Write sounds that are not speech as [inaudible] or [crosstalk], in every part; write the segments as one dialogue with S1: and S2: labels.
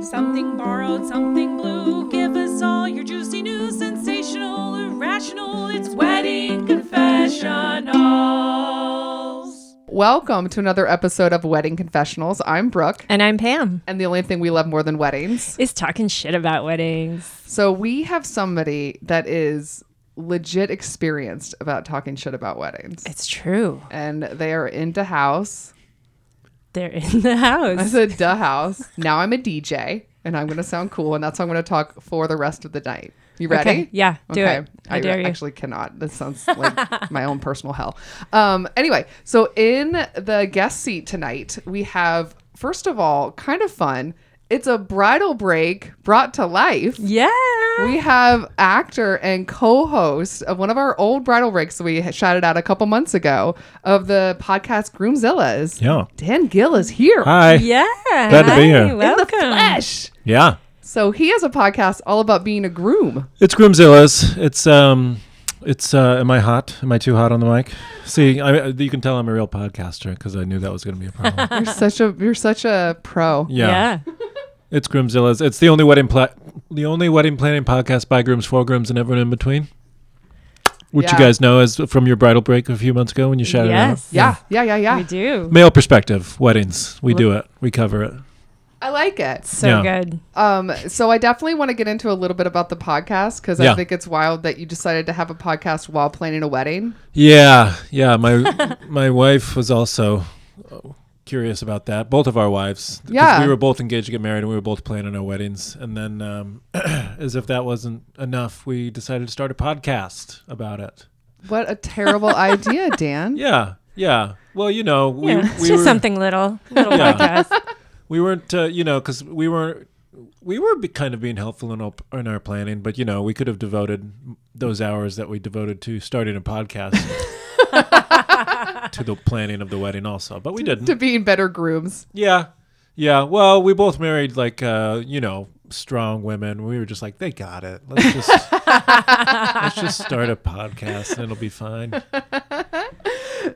S1: Something borrowed, something blue. Give us all your juicy news, sensational, irrational. It's wedding confessionals.
S2: Welcome to another episode of Wedding Confessionals. I'm Brooke,
S3: And I'm Pam.
S2: and the only thing we love more than weddings.
S3: Is talking shit about weddings.
S2: So we have somebody that is legit experienced about talking shit about weddings.
S3: It's true.
S2: And they are into house.
S3: They're in the
S2: I
S4: [laughs]
S3: house.
S2: said duh house. Now I'm a DJ and I'm gonna sound cool and that's how I'm gonna talk for the rest of the night. You ready?
S3: Okay, yeah, do it. I
S2: I
S3: dare you.
S2: actually cannot. This sounds like [laughs] my own personal hell. Um, anyway, so in the guest seat tonight, we have, first of all, kind of fun. It's a bridal break brought to life.
S3: Yeah.
S2: We have actor and co-host of one of our old bridal breaks we shouted out a couple months ago of the podcast Groomzillas.
S4: Yeah.
S2: Dan Gill is here.
S4: Hi.
S3: Yeah.
S4: Glad to be here. In the
S3: Welcome.
S4: Yeah.
S2: So he has a podcast all about being a groom.
S4: It's Groomzilla's. It's um it's uh am I hot? Am I too hot on the mic? See, I you can tell I'm a real podcaster cuz I knew that was going to be a problem.
S3: [laughs]
S2: You're
S3: Uh-huh.
S2: such a you're such a pro.
S4: yeah.
S3: Yeah.
S4: It's Groomzilla's. It's the only wedding pla- the only wedding planning podcast by grooms for grooms and everyone in between. Which
S2: Yeah.
S4: you guys know as from your bridal break a few months ago when you shouted
S3: Yes.
S4: it
S2: Yeah, yeah, yeah, yeah.
S3: We do.
S4: [laughs] out. Male perspective weddings. We do it. We cover it.
S2: I like it.
S3: So
S4: Yeah.
S3: good.
S2: Um, so I definitely want to get into a little bit about the podcast because I
S4: Yeah.
S2: think it's wild that you decided to have a podcast while planning a wedding.
S4: Yeah,
S3: [laughs]
S4: yeah. My my wife was also uh, curious about that. Both of our wives. 'Cause
S2: Yeah.
S4: we were both engaged to get married, and we were both planning our weddings. And then, um, [clears throat] as if that wasn't enough, we decided to start a podcast about it.
S2: What a
S4: [laughs]
S2: terrible idea, Dan.
S4: Yeah, yeah. Well, you know, we
S3: yeah. It's
S4: we
S3: just
S4: were,
S3: something little. Little
S4: Yeah. [laughs]
S3: podcast.
S4: we weren't, uh, you know, because we were we were be kind of being helpful in our, in our planning, but you know, we could have devoted those hours that we devoted to starting
S3: [laughs]
S4: a podcast. to the planning of the wedding also but we didn't
S2: To being better grooms.
S4: Yeah. Yeah. Well, we both married like uh, you know, strong women. We were just like, they got it. Let's just
S2: [laughs]
S4: let's just start a podcast and it'll be fine.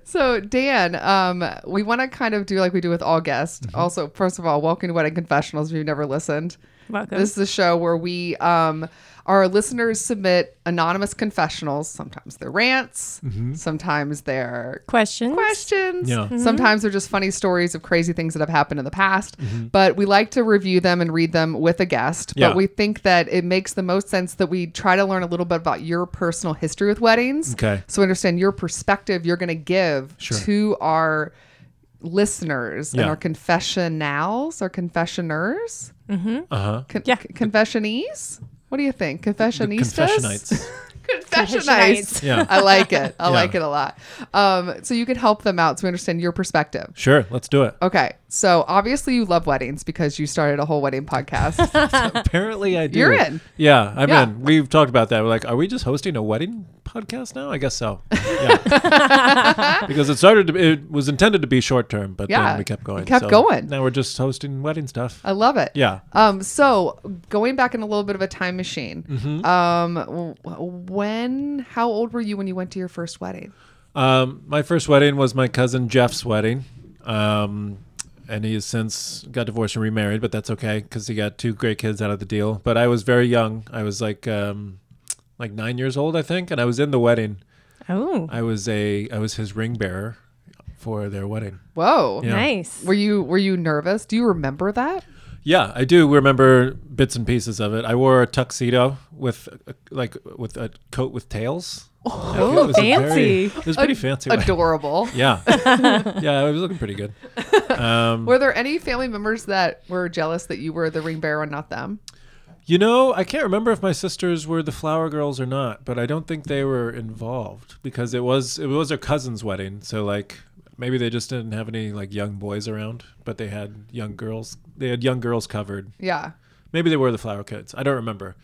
S2: So Dan, um, we want to kind of do like we do with all guests.
S4: Mm-hmm.
S2: Also, first of all, welcome to Wedding Confessionals. If you've never listened,
S3: Welcome.
S2: This is a show where we, um, our listeners submit anonymous confessionals. Sometimes they're rants, sometimes they're
S3: Questions?
S2: questions.
S4: Mm-hmm. Yeah. Mhm.
S2: Sometimes they're just funny stories of crazy things that have happened in the past. But we like to review them and read them with a guest.
S4: Mm-hmm. Yeah.
S2: But we think that it makes the most sense that we try to learn a little bit about your personal history with weddings.
S4: Okay.
S2: So we understand your perspective you're going to give
S4: Sure.
S2: to our listeners and
S4: Yeah.
S2: our confessionals, our confessioners.
S4: Uh-huh.
S2: Con-
S3: Yeah.
S2: c- confessionees? What do you think? Confessionistas?
S4: Confessionites.
S2: Confessionites.
S4: Yeah.
S2: I like it. I
S4: [laughs] Yeah.
S2: like it a lot. Um, so you can help them out to understand your perspective.
S4: Sure, let's do it.
S2: Okay. So obviously you love weddings because you started a whole wedding
S4: [laughs]
S2: podcast.
S4: Apparently I do.
S2: You're in.
S4: Yeah, I'm
S2: Yeah.
S4: in. We've talked about that. We're like, are we just hosting a wedding podcast now? I guess so. Yeah.
S2: [laughs]
S4: because it started to, it was intended to be short term, but
S2: Yeah,
S4: then we kept
S2: it
S4: going.
S2: kept
S4: So
S2: going. Uh,
S4: Now we're just hosting wedding stuff.
S2: I love it.
S4: Yeah.
S2: Um, so going back in a little bit of a time machine,
S4: Mm-hmm.
S2: um, w- when, how old were you when you went to your first wedding?
S4: Um, my first wedding was my cousin Jeff's wedding. Um, and he has since got divorced and remarried, but that's okay because he got two great kids out of the deal. But I was very young. I was like, um, like nine years old, I think, and I was in the wedding.
S3: Oh,
S4: I was a, I was his ring bearer for their wedding.
S2: Whoa.
S4: Yeah.
S3: nice.
S2: Were you, were you nervous? Do you remember that?
S4: Yeah, I do remember bits and pieces of it. I wore a tuxedo with, a, like, with a coat with tails. Oh,
S3: fancy.
S4: it was pretty fancy. wedding.
S2: Adorable.
S3: [laughs]
S4: Yeah, yeah, I was looking pretty good. Um,
S2: Were there any family members that were jealous that you were the ring bearer and not them?
S4: You know, I can't remember if my sisters were the flower girls or not, but I don't think they were involved because it was it was their cousin's wedding. So like maybe they just didn't have any like young boys around, but they had young girls. They had young girls covered.
S2: Yeah.
S4: Maybe they were the flower kids. I don't remember.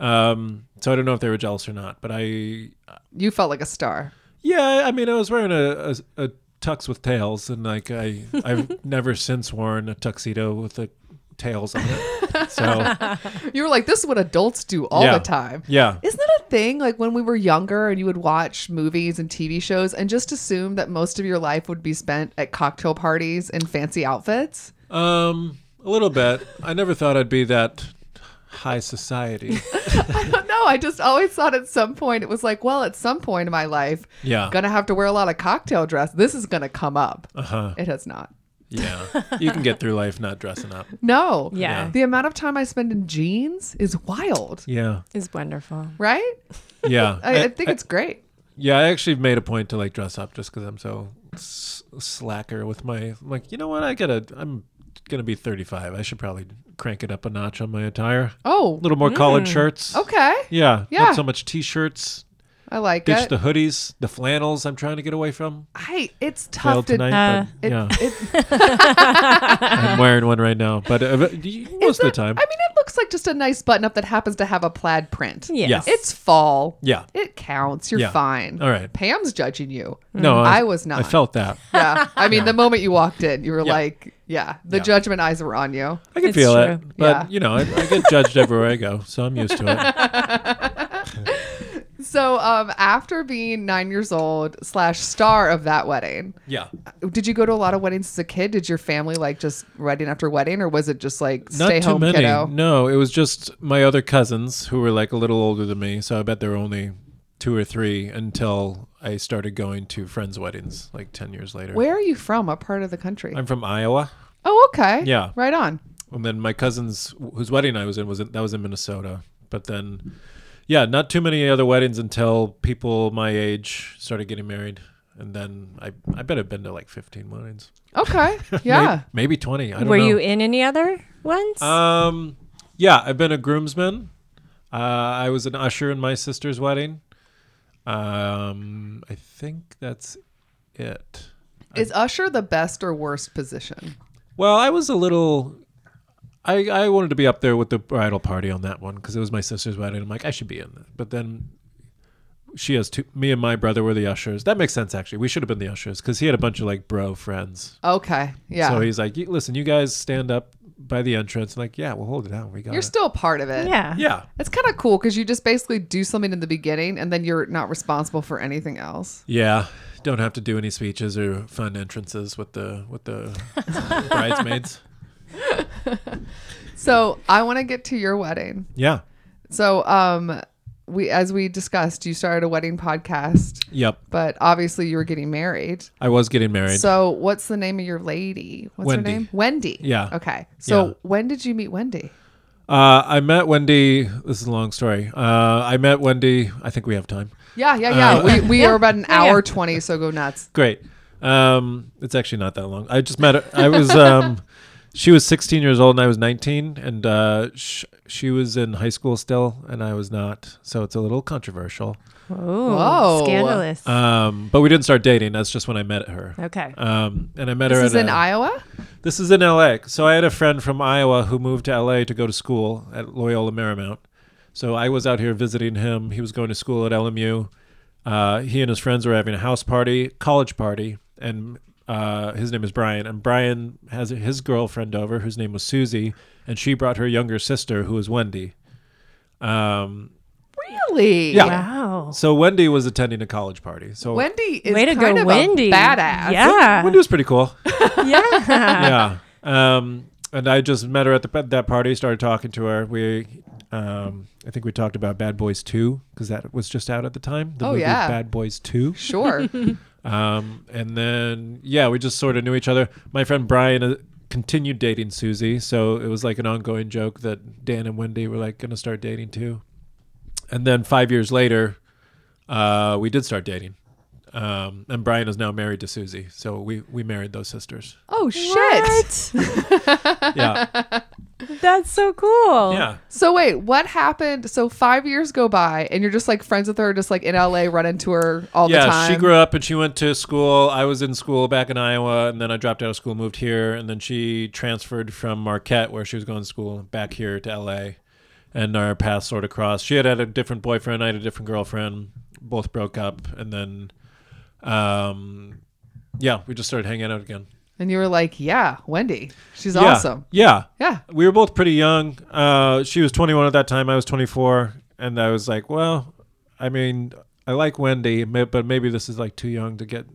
S4: Um, so I don't know if they were jealous or not. But I,
S2: You felt like a star.
S4: yeah, I mean, I was wearing a, a, a tux with tails, and like I I've never since worn a tuxedo with a tails on it. So
S2: You were like, this is what adults do all
S4: Yeah.
S2: the time.
S4: yeah.
S2: Isn't that a thing? Like when we were younger and you would watch movies and TV shows and just assume that most of your life would be spent at cocktail parties in fancy outfits? [laughs]
S4: Um, A little bit. I never thought I'd be that high society.
S2: no, I just always thought at some point it was like, well, at some point in my life,
S4: Yeah.
S2: gonna have to wear a lot of cocktail dress. This is gonna come up.
S4: Uh huh.
S2: It has not.
S4: Yeah. You can get through life not dressing up.
S2: No.
S3: Yeah. Yeah.
S2: The amount of time I spend in jeans is wild,
S4: Yeah.
S3: It's wonderful.
S2: right? [laughs]
S4: Yeah.
S2: I, I think it's great.
S4: Yeah, I actually made a point to like dress up just because I'm so s- slacker with my I'm like. You know what? I gotta. I'm gonna be 35. I should probably crank it up a notch on my attire.
S2: Oh,
S4: A little more collared shirts.
S2: okay.
S4: Yeah.
S2: Oh. Yeah.
S4: Not so much t-shirts.
S2: I like
S4: Ditch
S2: it.
S4: the hoodies, the flannels. I'm trying to get away from.
S2: I it's
S4: Failed
S2: tough to.
S4: tonight.
S3: Uh,
S2: [laughs]
S4: but,
S2: it-
S4: yeah.
S2: it-
S4: I'm wearing one right now, but uh, but you- most of the
S2: I
S4: time.
S2: mean, it looks like just a nice button up that happens to have a plaid print.
S3: Yes.
S2: It's fall.
S4: yeah.
S2: It counts. You're
S4: Yeah.
S2: fine.
S4: All right. Mm.
S2: Pam's judging you.
S4: No,
S2: I was
S4: I
S2: not.
S4: felt that.
S2: [laughs] Yeah. I mean, the moment you walked in, you were
S4: Yeah.
S2: like, yeah, the
S4: Yeah.
S2: judgment eyes were on you.
S4: I can
S3: It's
S4: feel
S3: true.
S4: it, but
S2: Yeah.
S4: you know, I, I get judged everywhere I go, so I'm used to it.
S2: [laughs] So, um, after being nine years old slash star of that wedding,
S4: Yeah.
S2: did you go to a lot of weddings as a kid? Did your family like just wedding after wedding, or was it just like stay home, kiddo?
S4: No, it was just my other cousins who were like a little older than me. So I bet there were only two or three until I started going to friends' weddings like 10 years later.
S2: Where are you from? What part of the country?
S4: I'm from Iowa.
S2: oh, okay.
S4: Yeah.
S2: Right on.
S4: And then my cousins whose wedding I was in was in, that was in Minnesota. But then yeah, not too many other weddings until people my age started getting married. And then I I bet I've been to like 15 weddings.
S2: Okay.
S4: May-
S2: Yeah.
S4: [laughs] Maybe, 20. I don't
S3: Were
S4: know.
S3: you in any other ones?
S4: Um, yeah, I've been a groomsman. Uh, I was an usher in my sister's wedding. Um, I think that's it.
S2: Is usher the best or worst position?
S4: Well, I was a little. I, I wanted to be up there with the bridal party on that one because it was my sister's wedding. I'm like, I should be in it. But then she has two. Me and my brother were the ushers. That makes sense, actually. We should have been the ushers because he had a bunch of like bro friends.
S2: Okay. Yeah.
S4: So he's like, "You- listen, you guys stand up by the entrance. I'm like, yeah, we'll hold it out. We got
S2: You're
S4: it.
S2: still part of it.
S3: yeah.
S4: yeah.
S2: It's kind of cool because you just basically do something in the beginning and then you're not responsible for anything else.
S4: Yeah, don't have to do any speeches or fun entrances with the with
S2: [laughs]
S4: the bridesmaids.
S2: So I want to get to your wedding.
S4: Yeah.
S2: So, um, we as we discussed, you started a wedding podcast,
S4: Yep.
S2: but obviously you were getting married.
S4: I was getting married.
S2: So, what's the name of your lady? What's
S4: Wendy.
S2: her name? Wendy.
S4: Yeah.
S2: Okay. So,
S4: Yeah.
S2: when did you meet Wendy?
S4: uh, I met Wendy. This is a long story. Uh, I met Wendy. I think we have time.
S2: Yeah, yeah, yeah.
S4: Uh,
S2: we we
S3: Yeah.
S2: are about an
S3: Yeah, yeah.
S2: hour twenty, so go nuts.
S4: Great. Um, it's actually not that long. I just met her. I was. Um, [laughs] she was 16 years old and I was 19, and uh, sh- she was in high school still, and I was not. So it's a little controversial.
S3: Oh,
S2: Whoa.
S3: scandalous.
S4: Um, but we didn't start dating. That's just when I met her.
S3: okay.
S4: Um, and I met her.
S2: This is
S4: at
S2: in
S4: a-
S2: Iowa.
S4: This is in LA. So I had a friend from Iowa who moved to LA to go to school at Loyola Marymount. So I was out here visiting him. He was going to school at LMU. Uh, he and his friends were having a house party, college party, and uh, his name is Brian. And Brian has his girlfriend over, whose name was Susie, and she brought her younger sister, who was Wendy. Um,
S2: Really?
S4: Yeah.
S3: Wow.
S4: so Wendy was attending a college party. So
S2: Wendy is
S3: Way to
S2: kind
S3: go,
S2: of
S3: Wendy.
S2: a badass.
S3: Yeah.
S4: Wendy was pretty cool. [laughs]
S3: yeah.
S2: [laughs]
S4: yeah. Um, and I just met her at the that party, started talking to her. We, um, I think we talked about Bad Boys Two because that was just out at the time. The
S2: Oh,
S4: movie
S2: yeah.
S4: Bad Boys Two.
S3: [laughs]
S2: Sure.
S4: Um, and then yeah, we just sort of knew each other. My friend Brian uh, continued dating Susie, so it was like an ongoing joke that Dan and Wendy were like going to start dating too. And then five years later, uh, we did start dating. Um, and Brian is now married to Susie, so we we married
S2: [laughs]
S4: those sisters.
S2: oh shit.
S3: What?
S4: Yeah,
S3: That's so cool.
S4: yeah.
S2: So wait, what happened? So five years go by, and you're just like friends with her, just like in LA, run into her all the
S4: yeah,
S2: time.
S4: she grew up and she went to school. I was in school back in Iowa, and then I dropped out of school, moved here, and then she transferred from Marquette, where she was going to school, back here to LA. And our paths sort of crossed. She had had a different boyfriend. I had a different girlfriend. Both broke up, and then, um, yeah, we just started hanging out again.
S2: and you were like, "Yeah, Wendy, she's
S4: yeah.
S2: awesome."
S4: Yeah,
S2: Yeah.
S4: we were both pretty young. Uh, she was 21 at that time. I was 24, and I was like, well, I mean, I like Wendy, ma- but maybe this is like too young to get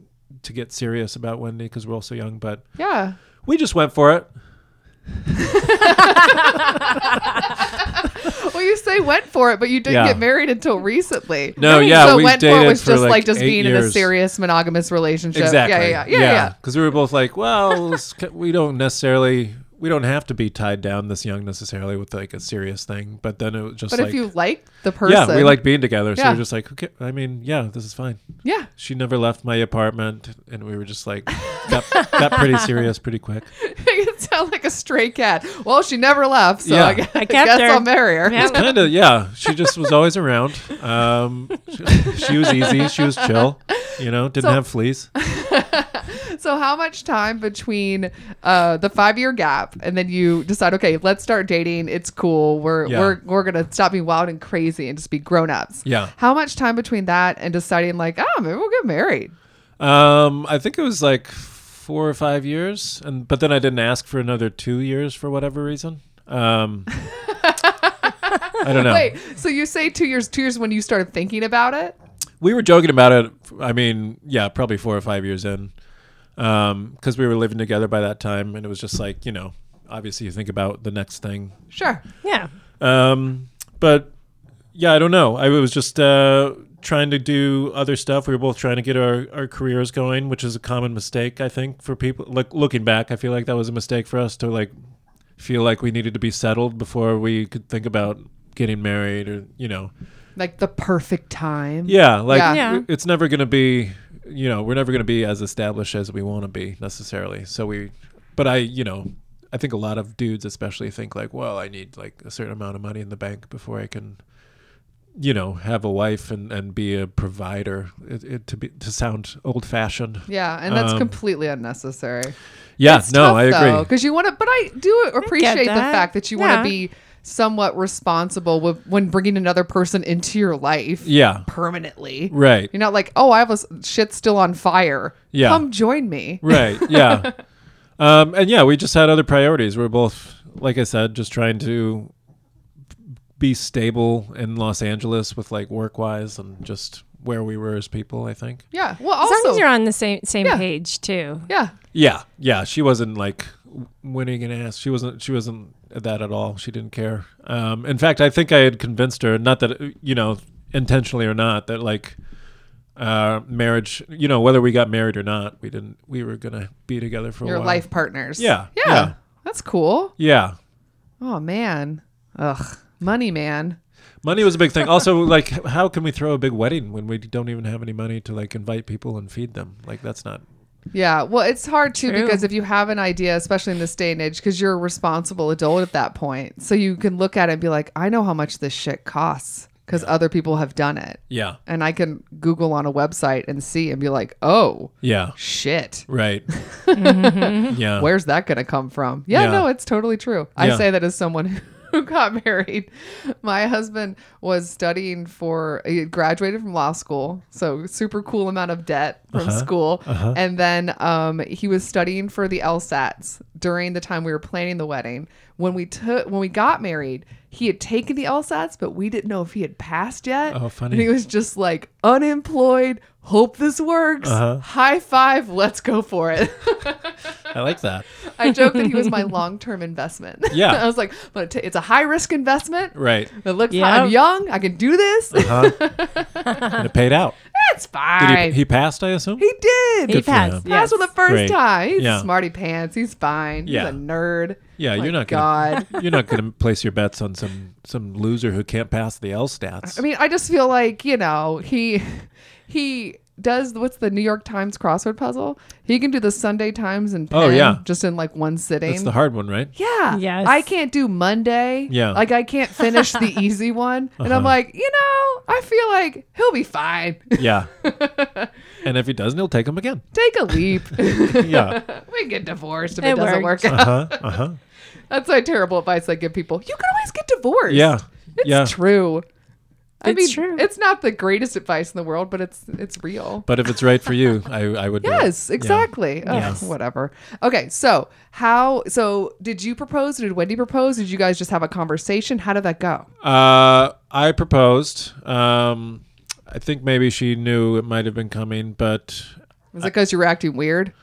S4: to get serious about Wendy because we're all so young. But
S2: Yeah.
S4: we just went for it.
S2: Well, you say went for it, but you didn't
S4: Yeah.
S2: get married until recently.
S4: No, yeah,
S2: so
S4: we
S2: went for
S4: dated
S2: it was
S4: for,
S2: just
S4: like,
S2: like just
S4: eight
S2: being in a
S4: years.
S2: serious monogamous relationship.
S4: Exactly.
S2: Yeah, yeah, yeah, yeah, yeah.
S4: Because we were both like, well, it's ki- we don't necessarily, we don't have to be tied down this young necessarily with like a serious thing. But then it was just
S2: But
S4: like,
S2: if you like the person,
S4: yeah, we like being together. So
S2: Yeah.
S4: we're just like, okay, I mean, yeah, this is fine.
S2: yeah, [laughs]
S4: She never left my apartment, and we were just like, got, got pretty serious
S2: [laughs]
S4: pretty quick.
S2: you sound like a stray cat. Well, she never left, so
S4: Yeah.
S2: I, guess,
S3: I
S2: I
S3: kept
S2: guess
S3: her.
S2: I'll marry her.
S3: Yeah.
S4: Kind of, yeah. She just was always around. Um, she, she was easy. She was chill. You know, didn't
S2: So-
S4: have fleas.
S2: So, how much time between uh, the five year gap and then you decide, okay, let's start dating. It's cool. We're
S4: Yeah.
S2: we're we're gonna stop being wild and crazy and just be grown ups.
S4: Yeah.
S2: How much time between that and deciding, like, oh, maybe we'll get married?
S4: Um, I think it was like four or five years, and but then I didn't ask for another two years for whatever reason. Um, I don't know.
S2: Wait, so you say two years? Two years when you started thinking about it?
S4: We were joking about it. I mean, yeah, probably four or five years in, because we were living together by that time, and it was just like you know, obviously you think about the next thing
S2: Sure.
S3: Yeah.
S4: Um, but yeah, I don't know. I was just uh, trying to do other stuff. We were both trying to get our, our careers going, which is a common mistake, I think, for people. Like looking back, I feel like that was a mistake for us to like feel like we needed to be settled before we could think about getting married or you know
S2: Like the perfect time.
S4: yeah like
S2: Yeah.
S3: Yeah.
S4: w- it's never gonna be you know we're never gonna be as established as we want to be necessarily so we but i you know i think a lot of dudes especially think like well i need like a certain amount of money in the bank before i can you know have a wife and and be a provider it, it to be to sound old fashioned
S2: Yeah, and that's
S4: Um,
S2: completely unnecessary.
S4: yeah no i agree
S2: Because you want to, but I do appreciate the
S3: that.
S2: fact that you
S3: Yeah.
S2: want to be somewhat responsible with, when bringing another person into your life
S4: yeah
S2: permanently.
S4: right
S2: You're not like, oh, I have a s- shit still on fire.
S4: Yeah.
S2: Come join me.
S4: Right. Yeah. um, and yeah, we just had other priorities. We're both, like I said, just trying to be stable in Los Angeles with like work wise and just where we were as people, I think.
S2: Yeah. Well,
S3: As long as
S2: also,
S3: you're on the same same
S2: Yeah.
S3: page too.
S2: yeah.
S4: Yeah. Yeah. She wasn't like w- winning an ass. She wasn't, she wasn't that at all. She didn't care. Um, in fact, I think I had convinced her, not that, you know, intentionally or not, that like, uh, marriage, you know, whether we got married or not, we didn't, we were going to be together for a
S2: Your
S4: while.
S2: life partners.
S4: Yeah,
S2: yeah.
S4: yeah.
S2: That's cool.
S4: Yeah.
S2: Oh, man. Ugh. Money, man.
S4: Money was a big thing. Also, like, h- how can we throw a big wedding when we don't even have any money to like invite people and feed them? Like, that's not.
S2: Yeah. Well, it's hard too
S3: True.
S2: because if you have an idea, especially in this day and age, because you're a responsible adult at that point. So you can look at it and be like, I know how much this shit costs because other people have done it.
S4: Yeah.
S2: And I can Google on a website and see and be like, oh,
S4: Yeah.
S2: shit.
S4: Right. yeah.
S2: Where's that going to come from? Yeah,
S4: Yeah.
S2: no, it's totally true. I
S4: Yeah.
S2: say that as someone [laughs] who got married. My husband was studying for, he had graduated from law school, so super cool amount of debt from
S4: Uh-huh.
S2: school. And then um, he was studying for the LSATs during the time we were planning the wedding. When we took, when we got married, he had taken the LSATs, but we didn't know if he had passed yet.
S4: Oh, funny.
S2: And he was just like unemployed. Hope this works.
S4: Uh-huh.
S2: High five. Let's go for it. [laughs]
S4: I like that.
S2: I joked that he was my long term investment. [laughs]
S4: Yeah.
S2: I was like, I'm gonna ta- it's a high risk investment.
S4: Right.
S2: It looks
S3: Yeah.
S2: I'm young. I can do this. [laughs]
S4: And it paid out.
S2: That's fine.
S4: Did
S2: he,
S4: he, he passed, I assume?
S2: did.
S3: He
S2: He
S4: Good for
S3: passed.
S4: him.
S2: passed for the first
S4: Great.
S2: time. He's
S4: Yeah.
S2: smarty pants. He's fine.
S4: Yeah.
S2: He's a nerd.
S4: yeah.
S2: Oh My
S4: You're not gonna. [laughs]
S2: God.
S4: You're not gonna place your bets on some some loser who can't pass the L stats.
S2: I mean, I just feel like, you know, he he does what's the New York Times crossword puzzle? He can do the Sunday Times and
S4: Oh,
S2: pen
S4: yeah.
S2: just in like one sitting.
S4: that's the hard one, right?
S2: Yeah.
S3: Yes.
S2: I can't do Monday.
S4: Yeah. Uh-huh.
S2: Like I can't
S3: [laughs]
S2: finish the easy one. And I'm like, you know, I feel like he'll be fine. [laughs]
S4: Yeah. and if he doesn't, he'll take him again.
S2: Take a leap. [laughs] we
S4: Yeah.
S2: can get divorced if it,
S3: It
S2: doesn't
S3: worked.
S2: work out.
S4: Uh huh. Uh huh.
S2: [laughs] That's like terrible advice I give people. You can always get divorced.
S4: Yeah.
S2: It's
S4: yeah.
S2: true. I
S3: It's
S2: mean,
S3: true.
S2: it's not the greatest advice in the world, but it's it's real.
S4: But if it's right for you, I I would. do it.
S2: Yes,
S4: Yeah.
S2: exactly. Ugh,
S4: Yes.
S2: Whatever. Okay, so how? So did you propose? Did Wendy propose? Did you guys just have a conversation? How did that go?
S4: Uh, I proposed. Um, I think maybe she knew it might have been coming, but Oh.
S2: Was it because you were acting weird?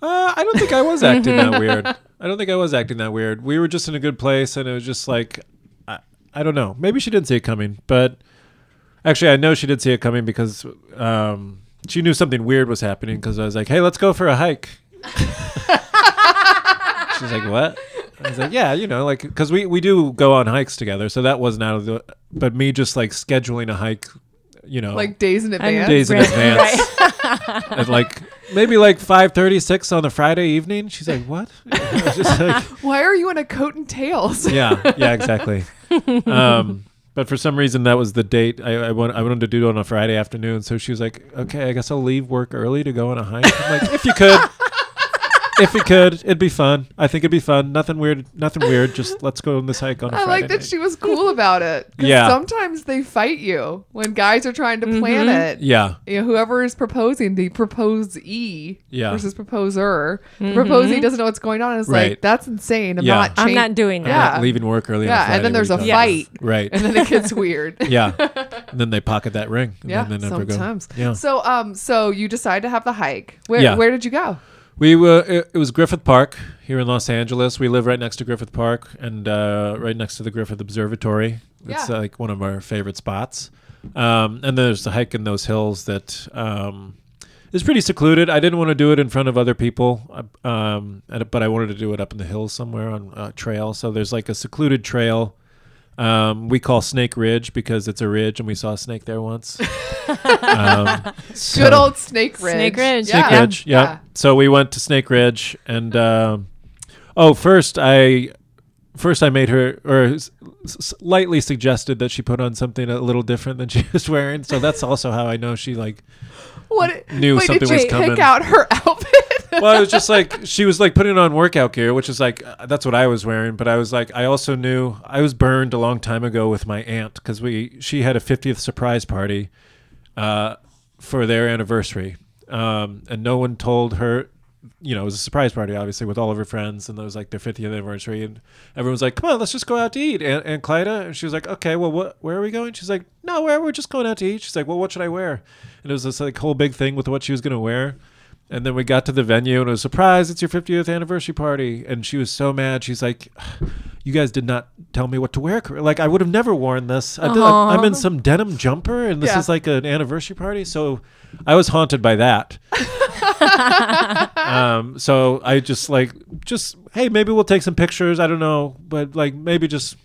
S4: uh, I don't think I was acting that weird. I don't think I was acting that weird. We were just in a good place, and it was just like, I, I don't know. Maybe she didn't see it coming, but actually, I know she did see it coming because um, she knew something weird was happening. Because I was like, "Hey, let's go for a hike." She's like, "What?" I was like, "Yeah, you know, like because we we do go on hikes together, so that wasn't out of the. But me just like scheduling a hike, you know,
S2: Like days in advance.
S4: days in
S3: Right.
S4: advance.
S2: [laughs]
S4: at like maybe like 5:30, 6 on a Friday evening. She's like,
S2: [laughs]
S4: "What?" [laughs] I was just like,
S2: Why are you in a coat and tails?
S4: yeah, yeah, exactly. Um, but for some reason, that was the date I, I, want, I wanted to do it on a Friday afternoon. So she was like, "Okay, I guess I'll leave work early to go on a hike." I'm like, if
S2: [laughs]
S4: you could, if you could, it'd be fun. I think it'd be fun. Nothing weird. Nothing weird. Just let's go on this hike on
S2: [laughs]
S4: a
S2: I
S4: Friday.
S2: like that
S4: night.
S2: she was cool about it. 'Cause
S4: Yeah.
S2: Sometimes they fight you when guys are trying to plan it.
S4: yeah,
S2: You know, whoever is proposing, the proposee
S4: Yeah. Mm-hmm.
S2: versus proposer, the proposee doesn't know what's going on. And it's like,
S4: Right.
S2: that's insane. I'm
S4: Yeah.
S2: not.
S3: I'm
S2: chan-
S3: not doing
S4: I'm
S3: that.
S4: not
S2: Yeah.
S4: leaving work early. on a
S2: Yeah, and then
S4: Friday.
S2: there's a
S4: What are you
S2: fight,
S4: talking about? Right.
S2: [laughs] and then it gets weird.
S4: [laughs] Yeah. and then they pocket that ring. And
S2: Yeah,
S4: Then they never go.
S2: sometimes.
S4: Yeah.
S2: So, um, so you decide to have the hike. Where,
S4: Yeah.
S2: where did you go?
S4: We were. It, it was Griffith Park here in Los Angeles. We live right next to Griffith Park and uh, right next to the Griffith Observatory. It's
S2: Yeah.
S4: uh, like one of our favorite spots. Um, and there's a hike in those hills that um, is pretty secluded. I didn't want to do it in front of other people, uh, um, and- but I wanted to do it up in the hills somewhere on a trail. So there's like a secluded trail. Um, we call Snake Ridge because it's a ridge, and we saw a snake
S2: [laughs]
S4: there once. um,
S2: Good
S4: so-
S2: old Snake Ridge.
S3: Snake Ridge,
S4: Snake
S3: Yeah.
S4: Ridge. Yeah. So we went to Snake Ridge, and um oh, first I first I made her or s- s- lightly suggested that she put on something a little different than [laughs] she was wearing. So that's also how I know she like.
S2: What
S4: Knew
S2: wait, did
S4: something
S2: you
S4: was
S2: pick
S4: coming.
S2: out her [laughs] outfit?
S4: Well, it was just like she was like putting on workout gear, which is like uh, that's what I was wearing. But I was like, I also knew I was burned a long time ago with my aunt because we she had a 50th surprise party. uh, for their anniversary. Um, and no one told her, you know, it was a surprise party, obviously, with all of her friends. And it was like their 50th anniversary. And everyone was like, come on, let's just go out to eat. And, and Clyda, and she was like, okay, well, what, where are we going? She's like, nowhere. We're just going out to eat. She's like, well, what should I wear? And it was this like whole big thing with what she was going to wear. And then we got to the venue and it was surprise, it's your 50th anniversary party. And she was so mad. She's like, you guys did not tell me what to wear. Like, I would have never worn this. I did, I'm in some denim jumper and this
S2: Yeah.
S4: is like an anniversary party. So I was haunted by
S2: [laughs]
S4: that. um, so I just like, just, hey, maybe we'll take some pictures. I don't know. But like, maybe just,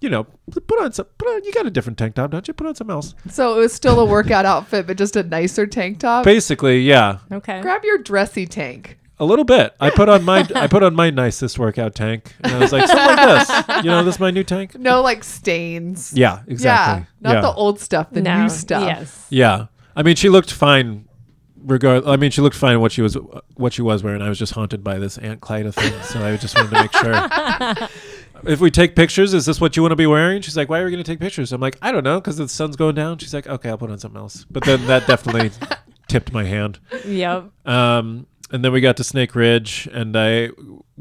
S4: you know, put on some, put on, you got a different tank top, don't you? Put on
S2: [laughs]
S4: something else.
S2: so it was still a workout outfit, but just a nicer tank top.
S4: Basically, yeah.
S3: Okay.
S2: Grab your dressy tank.
S4: A little bit. I put on my I put on my nicest workout tank, and I was like, something like this. You know, this is my new
S2: [laughs]
S4: tank.
S2: No like stains.
S4: Yeah, exactly.
S2: Yeah. Not the old stuff, the
S3: no.
S2: new stuff.
S3: Yes.
S4: Yeah, I mean, she looked fine. Regard, I mean, she looked fine. What she was, what she was wearing. I was just haunted by this Aunt Clyda thing, so I just wanted to make sure. if we take pictures, is this what you want to be wearing? She's like, why are we going to take pictures? I'm like, I don't know, because the sun's going down. She's like, okay, I'll put on something else. But then that definitely tipped my hand.
S2: [laughs]
S3: Yep.
S4: Um, and then we got to Snake Ridge, and I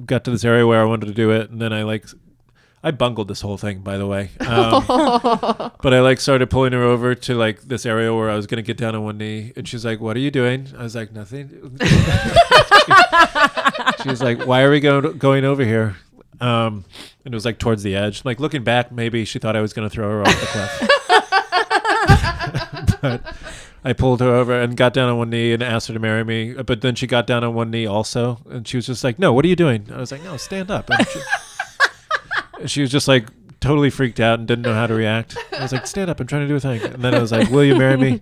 S4: got to this area where I wanted to do it, and then I like, I bungled this whole thing, by the way. Um, but I like started pulling her over to like this area where I was gonna get down on one knee, and she's like, "What are you doing?" I was like, "Nothing." [laughs] she was like, "Why are we going going over here?" Um, and it was like towards the edge. Like looking back, maybe she thought I was gonna throw her off the cliff. I pulled her over and got down on one knee and asked her to marry me. uh, But then she got down on one knee also, and she was just like, "No, what are you doing?" I was like, "No, stand up." And she, and she was just like totally freaked out and didn't know how to react. I was like, "Stand up! I'm trying to do a thing." And then I was like, "Will you marry me?"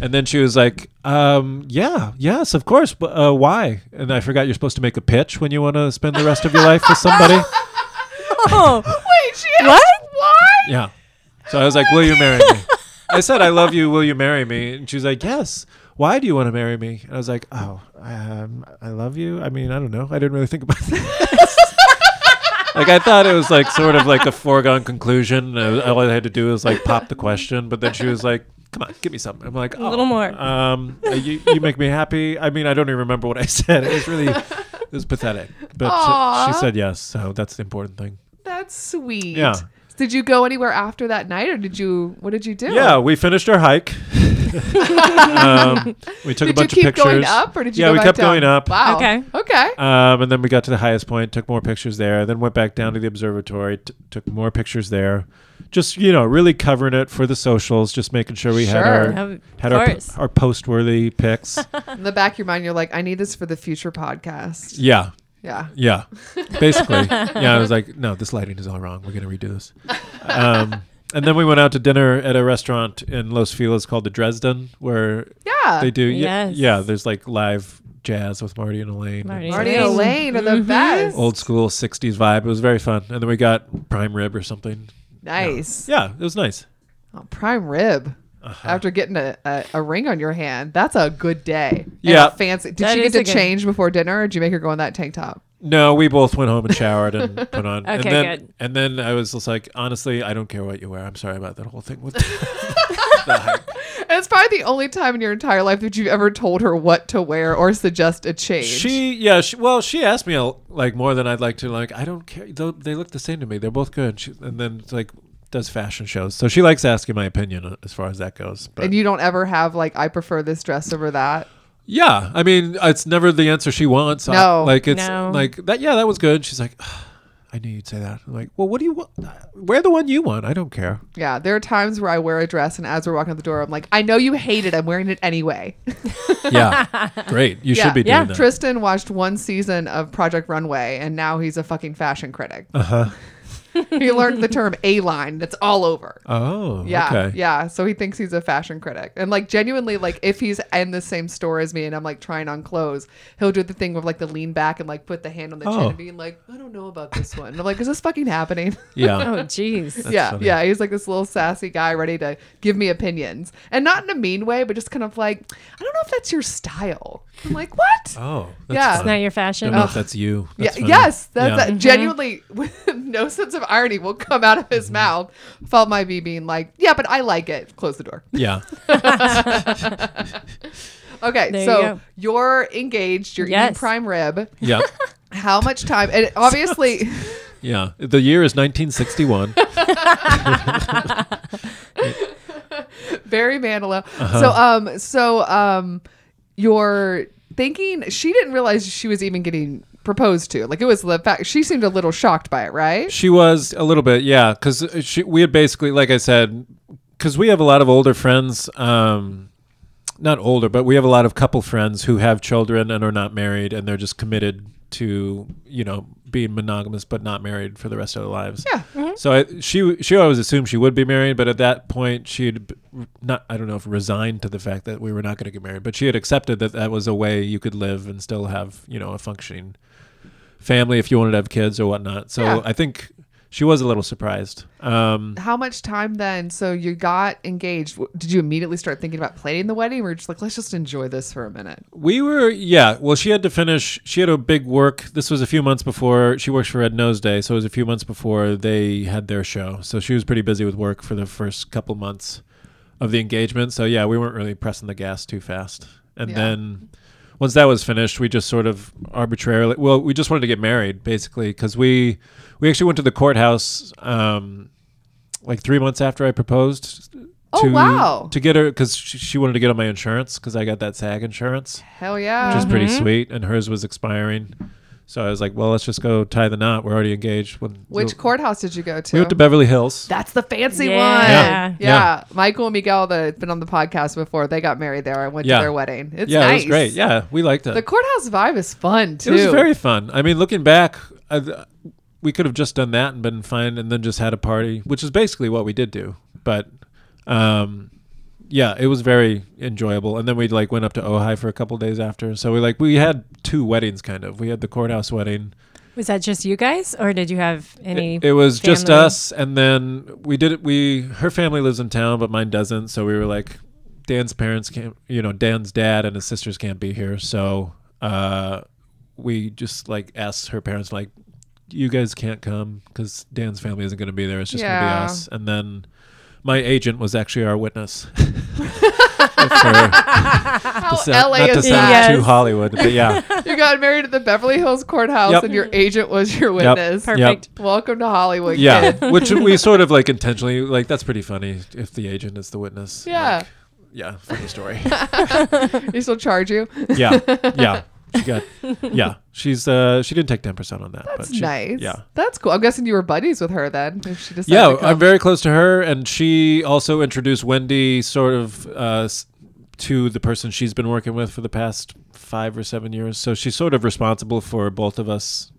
S4: And then she was like, um, "Yeah, yes, of course. But uh, why?" And I forgot you're supposed to make a pitch when you want to spend the rest of your life with somebody.
S3: Oh.
S2: Wait, she
S3: What?
S2: Why?
S4: Yeah. So I was like, "Will you marry me?" I said, "I love you. Will you marry me?" And she's like, "Yes." Why do you want to marry me? And I was like, "Oh, um, I love you. I mean, I don't know. I didn't really think about [laughs] that." like I thought it was like sort of like a foregone conclusion. Uh, All I had to do was like pop the question, but then she was like, "Come on, give me something." I'm like, oh,
S3: little more."
S4: Um, uh, you, you make me happy. I mean, I don't even remember what I said. It was really it was pathetic, but she-
S2: Aw.
S4: she said yes, so that's the important thing.
S2: That's sweet.
S4: Yeah.
S2: Did you go anywhere after that night or did you what did you do? [laughs]
S4: Yeah, we finished our hike. um, we took
S2: Did
S4: a
S2: you
S4: bunch
S2: keep
S4: of pictures.
S2: going up, or did you?
S4: yeah,
S2: go
S4: we
S2: back
S4: kept
S2: down?
S4: going up.
S2: Wow.
S3: Okay.
S2: Okay.
S4: Um, and then we got to the highest point, took more pictures there, then went back down to the observatory, t- took more pictures there. Just you know, really covering it for the socials, just making sure we had
S2: Sure.
S4: our
S3: Of
S4: had our, p-
S3: course.
S4: our post worthy pics.
S2: [laughs] In the back of your mind, you're like, I need this for the future podcast.
S4: yeah,
S2: Yeah.
S4: yeah, basically. yeah, I was like, no, this lighting is all wrong. We're gonna redo this. Um, and then we went out to dinner at a restaurant in Los Feliz called the Dresden, where
S2: Yeah.
S4: they do yeah,
S3: Uh, Yes.
S4: yeah. There's like live jazz with Marty and Elaine.
S3: Marty Mm-hmm.
S4: and
S3: and
S2: Marty and Elaine are the best.
S4: Old school '60s vibe. It was very fun, and then we got prime rib or something.
S2: Nice.
S4: Yeah, it was nice.
S2: Oh, prime rib.
S4: Uh-huh.
S2: After getting a, a, a ring on your hand, that's a good day. And
S4: Yeah.
S2: a fancy. Did
S3: That
S2: she
S3: is
S2: get
S3: a
S2: to
S3: good-
S2: change before dinner, or did you make her go in that tank top?
S4: No, we both went home and
S3: [laughs]
S4: showered and put on. and
S3: Okay,
S4: then,
S3: good.
S4: And then I was just like, honestly, I don't care what you wear. I'm sorry about that whole
S3: [laughs]
S4: thing. With the hike.
S2: And it's probably the only time in your entire life that you've ever told her what to wear or suggest a change.
S4: She, yeah, she, well, she asked me uh, like more than I'd like to. Like, I don't care. They, they look the same to me. They're both good. She, and then it's like does fashion shows, so she likes asking my opinion uh, as far as that goes. But
S2: and you don't ever have like, I prefer this dress over that.
S4: yeah, I mean, it's never the answer she wants. I-
S2: No.
S4: like it's
S3: No.
S4: like that. Yeah, that was good. She's like. I knew you'd say that. I'm like, well, what do you want? Wear the one you want. I don't
S2: [laughs]
S4: care.
S2: Yeah, there are times where I wear a dress, and as we're walking out the door, I'm like, I know you hate it. I'm wearing it
S4: [laughs]
S2: anyway.
S4: yeah, great. You
S2: Yeah.
S4: should be doing
S3: Yeah.
S4: that.
S2: Tristan watched one season of Project Runway, and now he's a fucking fashion critic. Uh
S4: Uh-huh.
S2: huh. [laughs] he learned the term A line. That's all over.
S4: Oh,
S2: Yeah,
S4: okay.
S2: yeah. So he thinks he's a fashion critic, and like genuinely, like if he's in the same store as me, and I'm like trying on clothes, he'll do the thing with like the lean back and like put the hand on the
S4: Oh.
S2: chin and being like, I don't know about this one. And I'm like, is this fucking happening? [laughs]
S4: Yeah.
S3: Oh,
S4: [laughs]
S3: jeez.
S2: yeah,
S4: funny.
S2: yeah. He's like this little sassy guy ready to give me opinions, and not in a mean way, but just kind of like, I don't know if that's your style. I'm like, what?
S4: Oh, that's
S2: Yeah. Oh.
S4: fun.
S3: Not your
S4: I
S3: fashion.
S4: don't know if that's you. That's
S2: yeah,
S4: funny.
S2: yes, that's
S4: Yeah.
S2: that genuinely [laughs] with no sense of irony will come out of
S4: Mm-hmm.
S2: his mouth. Felt my be being like, yeah, but I like it. Close the door.
S4: yeah.
S2: Okay,
S3: There you
S2: so
S3: go.
S2: you are engaged. You're eating
S3: Yes.
S2: prime rib.
S4: Yeah.
S2: How much time? And
S3: [laughs]
S2: [laughs] obviously,
S4: Yeah. The year is 1961.
S2: very Mandela.
S4: Uh-huh.
S2: So, um, so, um, you're thinking she didn't realize she was even getting proposed to. Like it was the fact she seemed a little shocked by it, right?
S4: she was a little bit, yeah, because we had basically, like I said, because we have a lot of older friends. Um, not older, but we have a lot of couple friends who have children and are not married, and they're just committed to you know being monogamous but not married for the rest of their lives.
S2: Yeah. mm-hmm.
S4: So I, she she always assumed she would be married, but at that point she had b- not I don't know if resigned to the fact that we were not going to get married, but she had accepted that that was a way you could live and still have you know a functioning family if you wanted to have kids or whatnot. So
S2: Yeah.
S4: I think she was a little surprised. Um,
S2: How much time then? So you got engaged. W- Did you immediately start thinking about planning the wedding? Or We're just like, let's just enjoy this for a minute.
S4: We were, yeah. Well, she had to finish. She had a big work. This was a few months before she works for Red Nose Day, so it was a few months before they had their show. So she was pretty busy with work for the first couple months of the engagement. So yeah, we weren't really pressing the gas too fast. And
S2: Yeah.
S4: then once that was finished, we just sort of arbitrarily. Well, we just wanted to get married basically because we we actually went to the courthouse um, like three months after I proposed.
S2: Oh,
S4: to,
S2: wow.
S4: To get her, because she, she wanted to get on my insurance, because I got that SAG insurance
S2: Hell yeah.
S4: which is
S2: Mm-hmm.
S4: pretty sweet. And hers was expiring, so I was like, "Well, let's just go tie the knot. We're already engaged." When
S2: Which
S4: we,
S2: courthouse did you go to?
S4: we went to Beverly Hills.
S2: That's the fancy
S3: Yeah.
S2: one.
S3: Yeah.
S2: Yeah.
S4: Yeah.
S2: Michael and Miguel that have been on the podcast before, they got married there. I went
S4: Yeah.
S2: to their wedding. It's
S4: yeah,
S2: nice.
S4: it was great. Yeah, we liked it.
S2: The courthouse vibe is fun
S4: it
S2: too.
S4: was very fun. I mean, looking back, I, th- we could have just done that and been fine, and then just had a party, which is basically what we did do. But, um, yeah, it was very enjoyable. And then we like went up to Ojai for a couple days after. So we like we had two weddings, kind of. We had the courthouse wedding.
S3: Oh, Was that just you guys, or did you have any?
S4: It, it was just
S3: family?
S4: us, and then we did it. We her family lives in town, but mine doesn't. So we were like, Dan's parents can't, you know, Dan's dad and his sisters can't be here. So uh, we just like asked her parents, like, you guys can't come because Dan's family isn't going to be there. It's just going
S2: Yeah.
S4: to be us. And then my agent was actually
S2: [laughs]
S4: our witness. [laughs] How
S2: How LA
S4: not to
S2: is
S4: sound
S2: that?
S4: too
S3: Yes.
S4: Hollywood,
S2: [laughs]
S4: but yeah,
S2: You got married at the Beverly Hills courthouse
S4: Yep.
S2: and your agent was your witness.
S4: Yep.
S3: Perfect.
S2: Welcome to Hollywood.
S4: yeah. [laughs]
S2: kid.
S4: Which we sort of like intentionally like. That's pretty funny if the agent is the witness.
S2: Yeah.
S4: Like, yeah,
S2: [laughs]
S4: funny story.
S2: They still charge you.
S4: yeah, yeah. She got yeah. She's uh she didn't take ten percent on that.
S2: That's
S4: but she,
S2: nice.
S4: Yeah.
S2: That's cool. I'm guessing you were buddies with her then. If she decided
S4: Yeah,
S2: to come.
S4: I'm very close to her, and she also introduced Wendy sort of uh, s- to the person she's been working with for the past five or seven years. So she's sort of responsible for both of us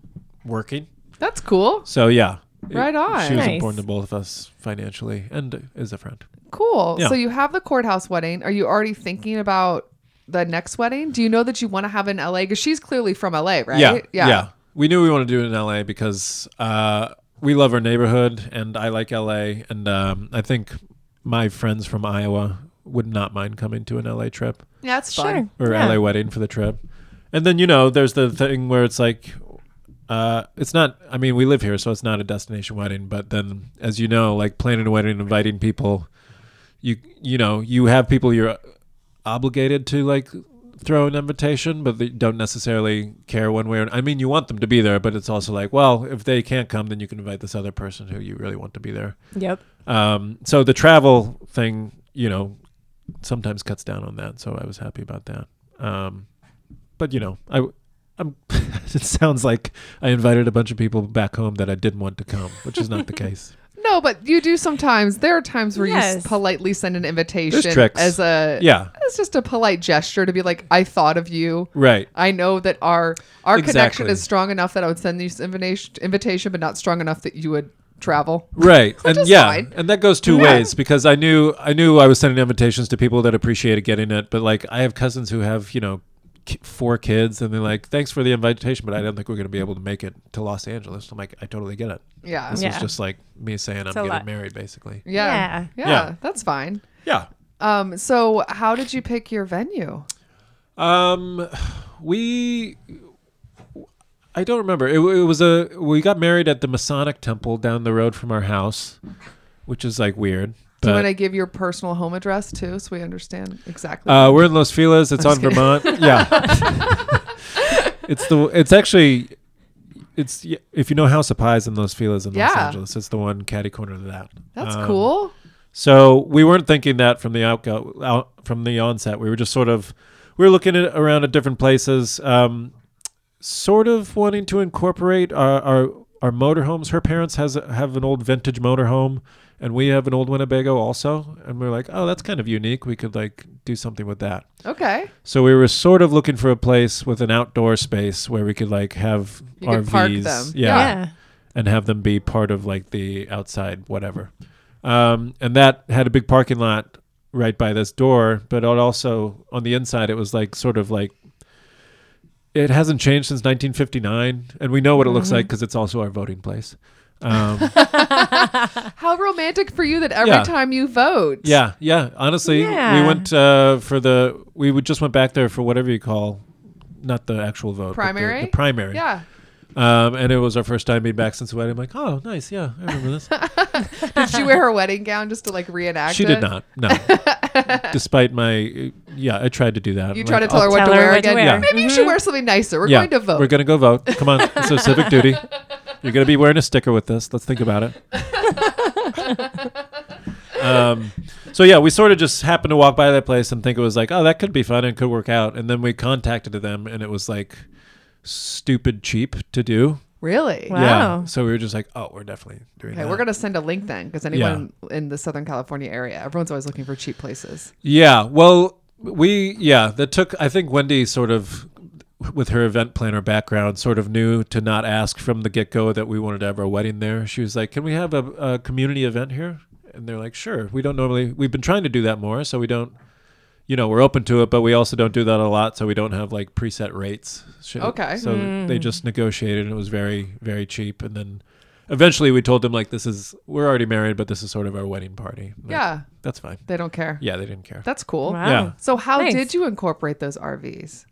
S4: working.
S2: That's cool.
S4: So yeah,
S2: Right on.
S4: She was
S3: Nice.
S4: important to both of us financially and is a friend.
S2: Cool.
S4: Yeah.
S2: So you have the courthouse wedding. Are you already thinking about the next wedding? Do you know that you want to have in LA? Because she's clearly from LA, right?
S4: Yeah, yeah, We knew we wanted to do it in LA because uh, we love our neighborhood, and I like LA, and um, I think my friends from Iowa would not mind coming to an LA trip.
S2: That's
S3: Sure.
S2: fun.
S4: or
S3: Yeah.
S4: LA wedding for the trip. And then you know, there's the thing where it's like, uh, it's not. I mean, we live here, so it's not a destination wedding. But then, as you know, like planning a wedding, inviting people, you you know, you have people you're obligated to like throw an invitation, but they don't necessarily care one way or. I mean, you want them to be there, but it's also like, well, if they can't come, then you can invite this other person who you really want to be there.
S3: Yep.
S4: Um, so the travel thing, you know, sometimes cuts down on that. So I was happy about that. Um, but you know, I, I'm. [laughs] it sounds like I invited a bunch of people back home that I didn't want to come, which is
S2: [laughs]
S4: not the case.
S2: No, but you do sometimes. There are times where you
S3: Yes.
S2: s- politely send an invitation
S4: tricks.
S2: as a
S4: Yeah,
S2: It's just a polite gesture to be like, I thought of you.
S4: right.
S2: I know that our our connection
S4: Exactly.
S2: is strong enough that I would send this invitation, invitation, but not strong enough that you would travel.
S4: Right. and
S2: is
S4: yeah.
S2: fine.
S4: And that goes two
S2: Yeah.
S4: ways because I knew I knew I was sending invitations to people that appreciated getting it, but like I have cousins who have, you know, ki- four kids and they're like, "Thanks for the invitation, but I don't think we're going to be able to make it to Los Angeles." I'm like, "I totally get it."
S2: Yeah.
S4: This
S2: Yeah.
S3: Yeah.
S4: was just like me saying I'm
S3: a
S4: getting
S3: lot.
S4: married, basically.
S2: Yeah.
S4: Yeah.
S2: That's fine.
S4: Yeah.
S2: Um, so how did you pick your venue?
S4: Um, we. I don't remember. It, it was a we got married at the Masonic Temple down the road from our house, which is like weird.
S2: Do you
S4: But
S2: want to give your personal home address too, so we understand exactly?
S4: uh, we're in Los Feliz. It's on
S2: I'm just
S4: Vermont.
S2: [laughs]
S4: yeah, it's the it's actually it's if you know House of Pies in Los Feliz in Los
S2: Yeah.
S4: Angeles, it's the one catty corner of that.
S2: That's
S4: Um,
S2: cool.
S4: So we weren't thinking that from the outgo out, from the onset. We were just sort of we were looking at, around at different places, um, sort of wanting to incorporate our our, our motorhomes. Her parents has have an old vintage motorhome, and we have an old Winnebago also. And we are like, oh, that's kind of unique. We could like do something with that.
S2: Okay.
S4: So we were sort of looking for a place with an outdoor space where we could like have
S2: You
S4: RVs,
S2: could park them.
S4: yeah, and have them be part of like the outside whatever. Um, and that had a big parking lot right by this door, but it also on the inside it was like sort of like it hasn't changed since 1959, and we know what it looks
S2: Mm-hmm.
S4: like because it's also our
S2: [laughs]
S4: voting place. Um,
S2: How romantic for you that every
S4: Yeah.
S2: time you vote.
S4: Yeah, yeah. Honestly,
S3: Yeah.
S4: we went uh, for the we would just went back there for whatever you call, not the actual vote, but the-
S2: Primary?
S4: the, primary.
S2: Yeah.
S4: Um, and it was our first time being back since the wedding. I'm like, oh, nice. Yeah, I remember this.
S2: Did she wear her wedding gown just to like reenact
S4: she
S2: it?
S4: did not. No.
S2: [laughs]
S4: Despite my, yeah, I tried to do that.
S2: You
S4: I'm
S2: try to
S4: like,
S2: tell her
S4: "Oh,
S2: what
S3: Tell
S2: to
S3: her
S2: wear
S3: what to
S2: again.
S3: wear.
S2: Maybe you should wear something nicer. We're
S4: Mm-hmm. yeah,
S2: going to vote.
S4: We're gonna go vote. Come on, it's our civic
S2: [laughs]
S4: duty. You're gonna be wearing a sticker with this. Let's think about it.
S2: [laughs]
S4: um, so yeah, we sort of just happened to walk by that place and think it was like, oh, that could be fun and could work out. And then we contacted them, and it was like stupid cheap to do.
S2: really?
S3: Wow.
S4: Yeah. So we were just like, oh, we're definitely doing
S2: Okay,
S4: that.
S2: we're gonna send a link then, because anyone in the Southern California area, everyone's always looking for cheap places.
S4: Yeah. Well, we yeah that took. I think Wendy sort of, with her event planner background, sort of knew to not ask from the get go that we wanted to have our wedding there. She was like, "Can we have a, a community event here?" And they're like, "Sure." We don't normally. We've been trying to do that more, so we don't. You know, we're open to it, but we also don't do that a lot, so we don't have like preset rates. Sh-
S2: Okay.
S4: So they just negotiated, and it was very, very cheap. And then eventually, we told them like, "This is we're already married, but this is sort of our wedding party." Like,
S2: Yeah,
S4: that's fine.
S2: they don't care.
S4: Yeah, they didn't care.
S2: That's cool.
S3: Wow.
S4: Yeah.
S2: So how
S3: Nice.
S2: did you incorporate those RVs?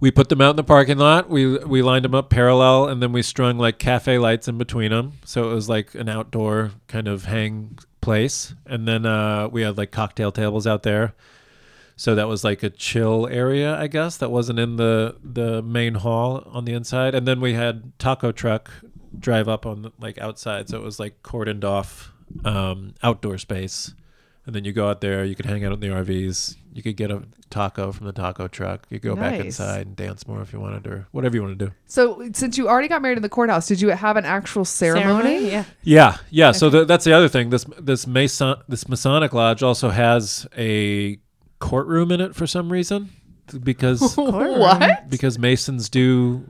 S4: We put them out in the parking lot. We we lined them up parallel, and then we strung like cafe lights in between them, so it was like an outdoor kind of hang place. And then uh, we had like cocktail tables out there, so that was like a chill area, I guess. That wasn't in the the main hall on the inside. And then we had taco truck drive up on like outside, so it was like cordoned off um, outdoor space. And then you go out there, you could hang out in the RVs, you could get a taco from the taco truck, you go back
S2: Nice.
S4: inside and dance more if you wanted, or whatever you want to do.
S2: So since you already got married in the courthouse, did you have an actual ceremony?
S3: Yeah.
S4: Yeah, yeah. So th that's the other thing. This this Mason this Masonic lodge also has a courtroom in it for some reason,
S2: [laughs]
S4: [laughs] because
S2: what?
S4: because Masons do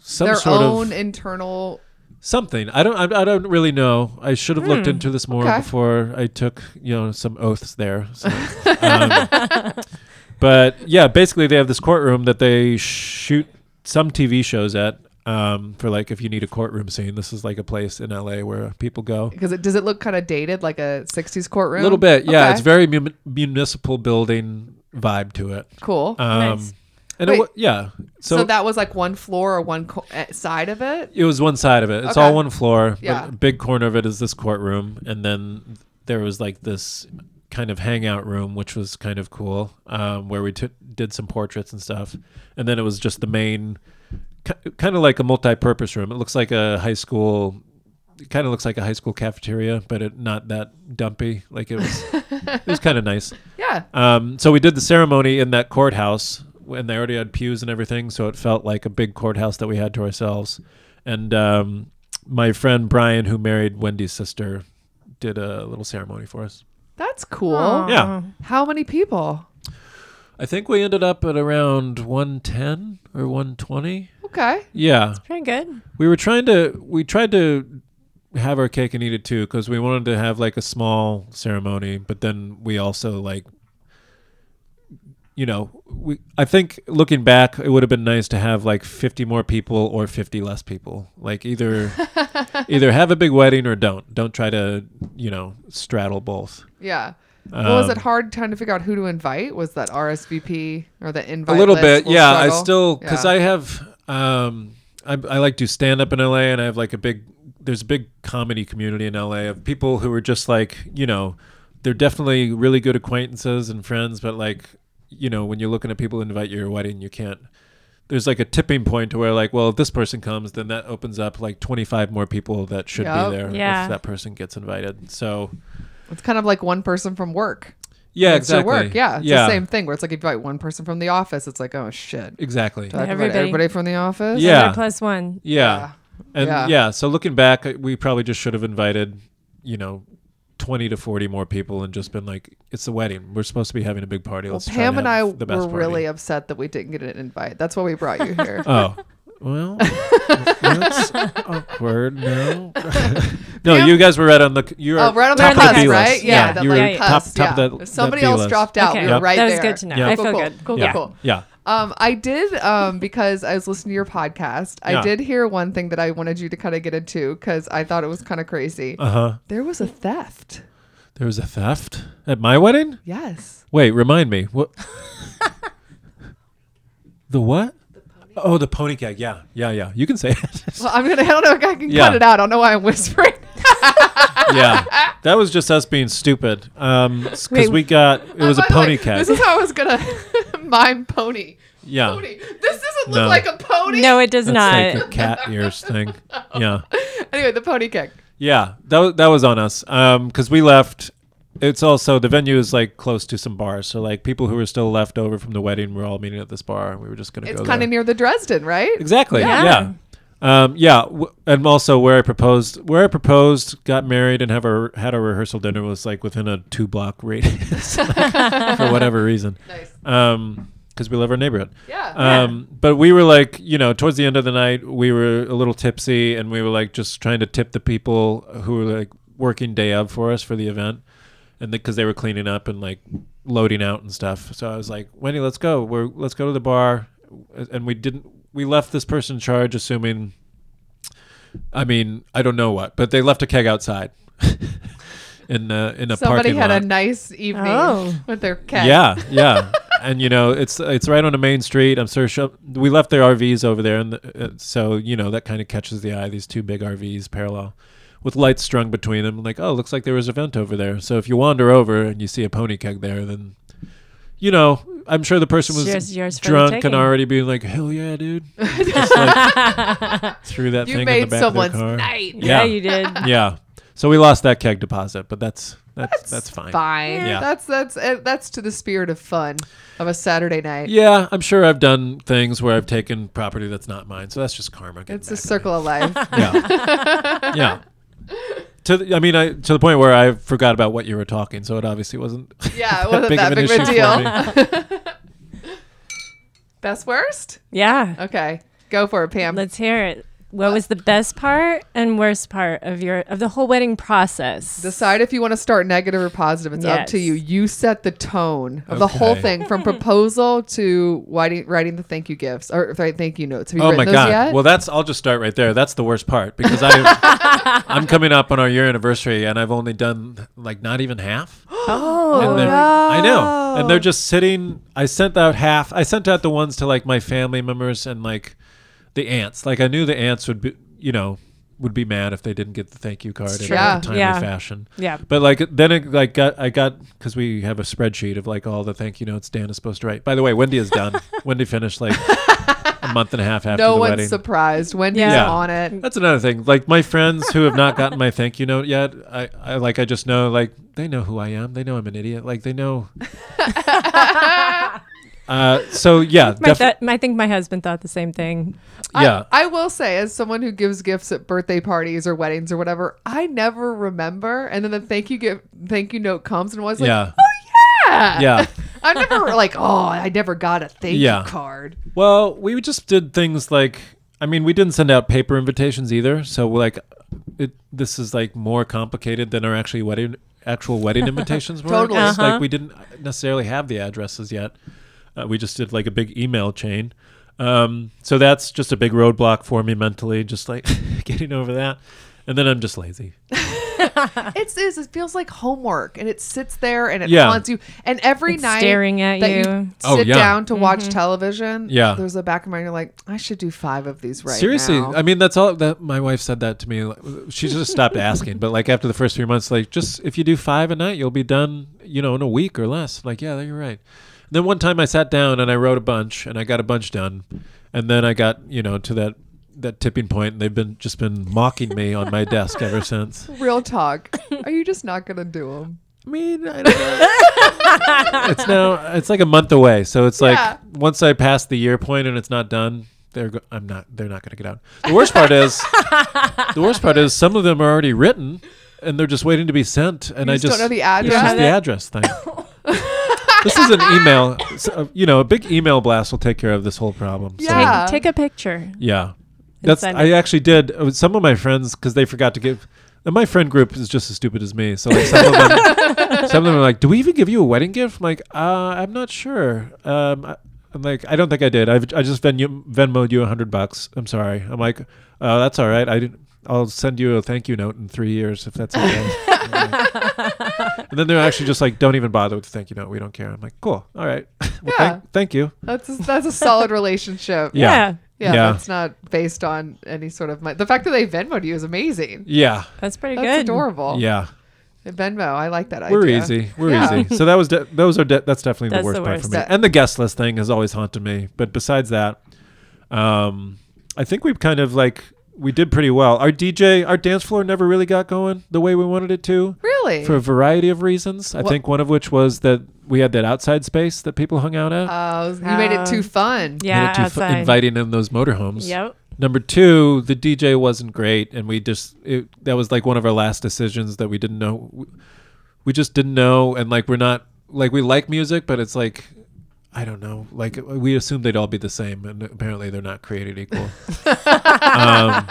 S4: some
S2: Their
S4: sort
S2: own
S4: of
S2: internal.
S4: something. I don't I, I don't really know. I should have looked into this more
S2: Hmm. okay.
S4: before I took you know some oaths there. So, um,
S2: [laughs]
S4: but yeah, basically they have this courtroom that they shoot some TV shows at. Um, for like if you need a courtroom scene, this is like a place in LA where people go.
S2: Because it does it look kind of dated, like a '60s courtroom?
S4: A little bit, yeah.
S2: Okay,
S4: It's very mun- municipal building vibe to it.
S2: cool.
S4: Um,
S3: Nice.
S4: And
S2: Wait.
S4: it wa- yeah,
S2: so,
S4: so,
S2: that was like one floor or one co- eh, side of it.
S4: it was one side of it. It's
S2: Okay.
S4: all one floor.
S2: Yeah.
S4: But a big corner of it is this courtroom, and then there was like this kind of hangout room, which was kind of cool, um, where we took did some portraits and stuff. And then it was just the main, ki- kind of like a multi-purpose room. It looks like a high school. It kind of looks like a high school cafeteria, but it not that dumpy. Like it was, it was kind of nice.
S2: Yeah.
S4: Um, so we did the ceremony in that courthouse, and they already had pews and everything, so it felt like a big courthouse that we had to ourselves. And um, my friend Brian, who married Wendy's sister, did a little ceremony for us.
S2: That's cool.
S3: Aw.
S4: Yeah,
S2: How many people?
S4: I think we ended up at around 110 or 120.
S2: Okay.
S4: Yeah,
S3: Very good.
S4: we were trying to we tried to have our cake and eat it too because we wanted to have like a small ceremony but then we also like you know we i think looking back it would have been nice to have like 50 more people or 50 less people like either either have a big wedding or don't don't try to you know straddle both
S2: Yeah. well, was
S4: Um,
S2: it hard trying to figure out who to invite? Was that RSVP or the invite?
S4: a little
S2: list?
S4: bit
S2: We'll
S4: yeah i
S2: struggle.
S4: still because
S2: Yeah.
S4: i have um I, I like do stand up in la and i have like a big there's a big comedy community in la of people who are just like you know they're definitely really good acquaintances and friends but like you know when you're looking at people who invite you to your wedding you can't there's like a tipping point to where like well if this person comes then that opens up like 25 more people that should
S2: Yup.
S4: be there
S3: Yeah.
S4: if that person gets invited so
S2: It's kind of like one person from work.
S4: yeah
S2: It's your
S4: exactly
S2: work. Yeah. It's the same thing where it's like if you invite one person from the office, it's like, oh shit.
S4: exactly
S2: Do I have to invite
S3: Everybody.
S2: everybody from the office?
S4: Yeah.
S3: Another plus one.
S4: Yeah. And
S2: Yeah.
S4: yeah. so looking back, we probably just should have invited, you know, 20 to 40 more people and just been like, it's a wedding. We're supposed to be having a big party.
S2: Well,
S4: Let's try
S2: Pam
S4: to
S2: and I
S4: have
S2: were
S4: the best party.
S2: really upset that we didn't get an invite. That's why we brought you
S4: [laughs]
S2: here. [laughs]
S4: Oh. Well, that's awkward.
S2: [laughs]
S4: No, no, you guys were right on the. You were
S2: oh, right on their
S4: top of the
S2: list,
S4: B list.
S2: right?
S4: Yeah,
S2: that
S4: you were
S2: like
S3: yeah.
S4: top,
S2: cusp,
S4: top
S2: yeah.
S4: of the.
S2: If somebody
S4: the B
S2: else
S4: list.
S2: dropped out,
S3: Okay.
S2: we were
S4: Yep.
S2: right
S3: that
S2: there.
S3: was good to know.
S4: Yeah.
S3: I
S2: Cool,
S3: feel
S2: cool,
S3: good.
S2: Cool,
S4: Yeah.
S2: cool, cool.
S4: Yeah.
S2: Um, I did um, because I was listening to your podcast. I
S4: Yeah.
S2: did hear one thing that I wanted you to kind of get into because I thought it was kind of crazy.
S4: Uh huh.
S2: There was a theft.
S4: There was a theft at my wedding.
S2: Yes.
S4: Wait, remind me. What? the what? oh, the pony gag. Yeah, yeah, yeah. You can say it.
S2: Well, I'm gonna. [laughs] I don't know if I can
S4: Yeah.
S2: cut it out. I don't know why I'm whispering.
S4: yeah, that was just us being stupid. Um, because
S3: Wait.
S4: we got
S2: [laughs]
S4: it was a
S2: By the way,
S4: pony gag.
S2: This is how I was gonna [laughs] mime pony.
S4: yeah,
S2: Pony. This doesn't look
S4: No.
S2: like a pony.
S3: No, it does
S4: that's
S3: not.
S4: like a cat ears thing. Yeah,
S2: [laughs] Anyway, the pony kick.
S4: yeah. That wa- that was on us. Um, because we left. It's also the venue is like close to some bars, so like people who were still left over from the wedding were all meeting at this bar, and we were just gonna
S2: It's
S4: go
S2: kind
S4: there.
S2: of near the Dresden, right?
S4: Exactly.
S3: Yeah.
S4: Yeah. Um, yeah, w- and also where I proposed, where I proposed, got married, and have our had our rehearsal dinner was like within a two block [laughs] radius for whatever reason,
S2: Nice.
S4: um, because we love our neighborhood.
S2: Yeah.
S4: Um, but we were like, you know, towards the end of the night, we were a little tipsy, and we were like just trying to tip the people who were like working day of for us for the event, and because they were cleaning up and like loading out and stuff. So I was like, Wendy, let's go. We're let's go to the bar, and we didn't. We left this person in charge, assuming. I mean, I don't know what, but they left a keg outside. [laughs] In, uh, in a
S2: Somebody
S4: parking
S2: had
S4: lot.
S2: a nice evening
S3: Oh.
S2: with their cat.
S4: Yeah, yeah. [laughs] and you know, it's it's right on a main street. I'm sure she, we left their RVs over there, and the, uh, so you know that kind of catches the eye. These two big RVs parallel, with lights strung between them. Like, oh, looks like there was a vent over there. So if you wander over and you see a pony keg there, then you know. I'm sure the person was
S3: Yours- yours for the
S4: drunk
S3: taking.
S4: and already being like, "Hell yeah, dude!" Just like threw that
S2: You
S4: thing in the
S2: made
S4: back
S2: someone's
S4: of their car.
S2: night.
S3: yeah.
S4: Yeah.
S3: you did.
S4: Yeah. So we lost that keg deposit, but that's That's that's fine.
S2: Fine.
S4: Yeah.
S2: That's that's uh, that's to the spirit of fun of a Saturday night.
S4: Yeah, I'm sure I've done things where I've taken property that's not mine, so that's just karma. getting
S2: It's a
S4: back at me.
S2: circle of life.
S4: [laughs]
S2: [laughs]
S4: Yeah. yeah. To the, I mean, I, to the point where I forgot about what you were talking, so it obviously wasn't. [laughs]
S2: Yeah, it wasn't that big of a [laughs] deal. Best worst?
S3: Yeah.
S2: Okay. Go for it, Pam.
S3: Let's hear it. What was the best part and worst part of your of the whole wedding process? [gasps]
S2: Decide if you want to start negative or positive. It's up to
S3: Yes.
S2: you. You set the tone of the whole
S4: Okay.
S2: thing from proposal to writing, writing the thank you gifts or sorry, thank you notes. Have you
S4: Oh
S2: written
S4: my
S2: those
S4: god!
S2: yet?
S4: Well, that's. I'll just start right there. That's the worst part because
S2: [laughs]
S4: I, I'm coming up on our year anniversary, and I've only done like not even half.
S3: oh,
S4: And they're- I know. And they're just sitting. I sent out half. I sent out the ones to like my family members and like the aunts. Like I knew the aunts would be, you know, would be mad if they didn't get the thank you card in
S2: true. Yeah.
S4: a timely
S3: Yeah.
S4: fashion.
S3: yeah.
S4: But like then it like got I got because we have a spreadsheet of like all the thank you notes Dan is supposed to write. By the way, Wendy
S2: [laughs]
S4: is done. Wendy finished like a month and a half after
S2: no
S4: the
S2: one's
S4: wedding.
S2: surprised. Wendy's
S3: Yeah.
S4: Yeah.
S2: on it.
S4: That's another thing. Like my friends who have not gotten my thank you note yet, I, I like I just know like they know who I am. They know I'm an idiot. Like they know. uh, so yeah,
S3: My
S4: def-
S3: th- I think my husband thought the same thing.
S4: yeah.
S2: I, I will say, as someone who gives gifts at birthday parties or weddings or whatever, I never remember. And then the thank you gift, thank you note comes, and I was like,
S4: yeah.
S2: yeah.
S4: Yeah.
S2: [laughs] I'm never like, oh, I never got a thank
S4: Yeah.
S2: you card.
S4: Well, we just did things like I mean, we didn't send out paper invitations either. So like, it this is like more complicated than our actually wedding actual wedding invitations were.
S2: Totally.
S4: It's
S3: Uh-huh.
S4: Like we didn't necessarily have the addresses yet. Uh, we just did like a big email chain. Um, so that's just a big roadblock for me mentally, just like [laughs] getting over that. And then I'm just lazy.
S2: It's is it feels like homework, and it sits there and it
S4: Yeah.
S2: haunts you. And every
S3: It's
S2: night
S3: staring at
S2: that
S3: you. Mm-hmm.
S2: sit
S4: Oh, yeah.
S2: down to watch television.
S4: Yeah.
S2: there's a back of mind. You're like, I should do five of these right
S4: Seriously,
S2: now.
S4: I mean that's all that my wife said that to me. like, She just
S2: [laughs]
S4: stopped asking, but like after the first few months, like just if you do five a night, you'll be done, you know, in a week or less. Like yeah, you're right. And then one time I sat down and I wrote a bunch and I got a bunch done, and then I got you know to that that tipping point, and they've been just been mocking me on my desk ever since.
S2: Real
S3: [laughs]
S2: talk. Are you just not gonna do them?
S4: I mean, I don't know. [laughs] it's now it's like a month away, so it's like
S2: Yeah.
S4: once I pass the year point and it's not done, they're go- I'm not they're not going to get out. The worst
S2: [laughs]
S4: part is the worst part is some of them are already written and they're just waiting to be sent, and
S2: You
S4: I
S2: just don't
S4: just
S2: know the
S4: It's
S2: address?
S4: just the
S2: [laughs]
S4: address thing. this is an email, s- uh, you know, a big email blast will take care of this whole problem. so-
S2: Yeah. Ah.
S3: Take a picture.
S4: yeah. That's
S3: send
S4: I actually did uh, some of my friends because they forgot to give. And my friend group is just as stupid as me. So like some of them, some of them are like, "Do we even give you a wedding gift?" I'm like, uh, "I'm not sure." Um, I, I'm like, "I don't think I did. I've, I just Venmo Venmoed you a hundred bucks. I'm sorry." I'm like, uh, "That's all right. I didn't. I'll send you a thank you note in three years if that's okay." and then they're actually just like, "Don't even bother with the thank you note. We don't care." I'm like, "Cool. All right. [laughs] well,
S2: Yeah.
S4: thank, thank you."
S2: That's a, that's
S3: [laughs]
S2: a solid relationship.
S4: Yeah.
S2: Yeah,
S4: Yeah.
S2: that's not based on any sort of money. The fact that they Venmoed you is amazing.
S4: Yeah.
S3: That's pretty
S2: That's
S3: good.
S2: adorable.
S4: Yeah.
S2: Venmo, I like that
S4: We're
S2: idea.
S4: easy. We're
S2: Yeah.
S3: [laughs]
S4: easy. So that was de- those are de- that's definitely
S3: That's
S4: the worst
S3: the
S4: part for
S3: worst.
S4: me.
S2: That-
S4: And the guest list thing has always haunted me. But besides that, um, I think we've kind of like we did pretty well. Our DJ, our dance floor never really got going the way we wanted it to.
S2: [laughs] Really?
S4: For a variety of reasons, I
S2: What-
S4: think one of which was that we had that outside space that people hung out at.
S2: Oh, you made it too
S3: Um,
S2: fun.
S3: Uh,
S4: Made
S3: Yeah.
S4: it too fu-
S3: outside.
S4: inviting in those motorhomes.
S3: Yep.
S4: Number two, the DJ wasn't great, and we just it, that was like one of our last decisions that we didn't know. We just didn't know, and like we're not like we like music, but it's like I don't know. Like we assumed they'd all be the same, and apparently they're not created equal. um,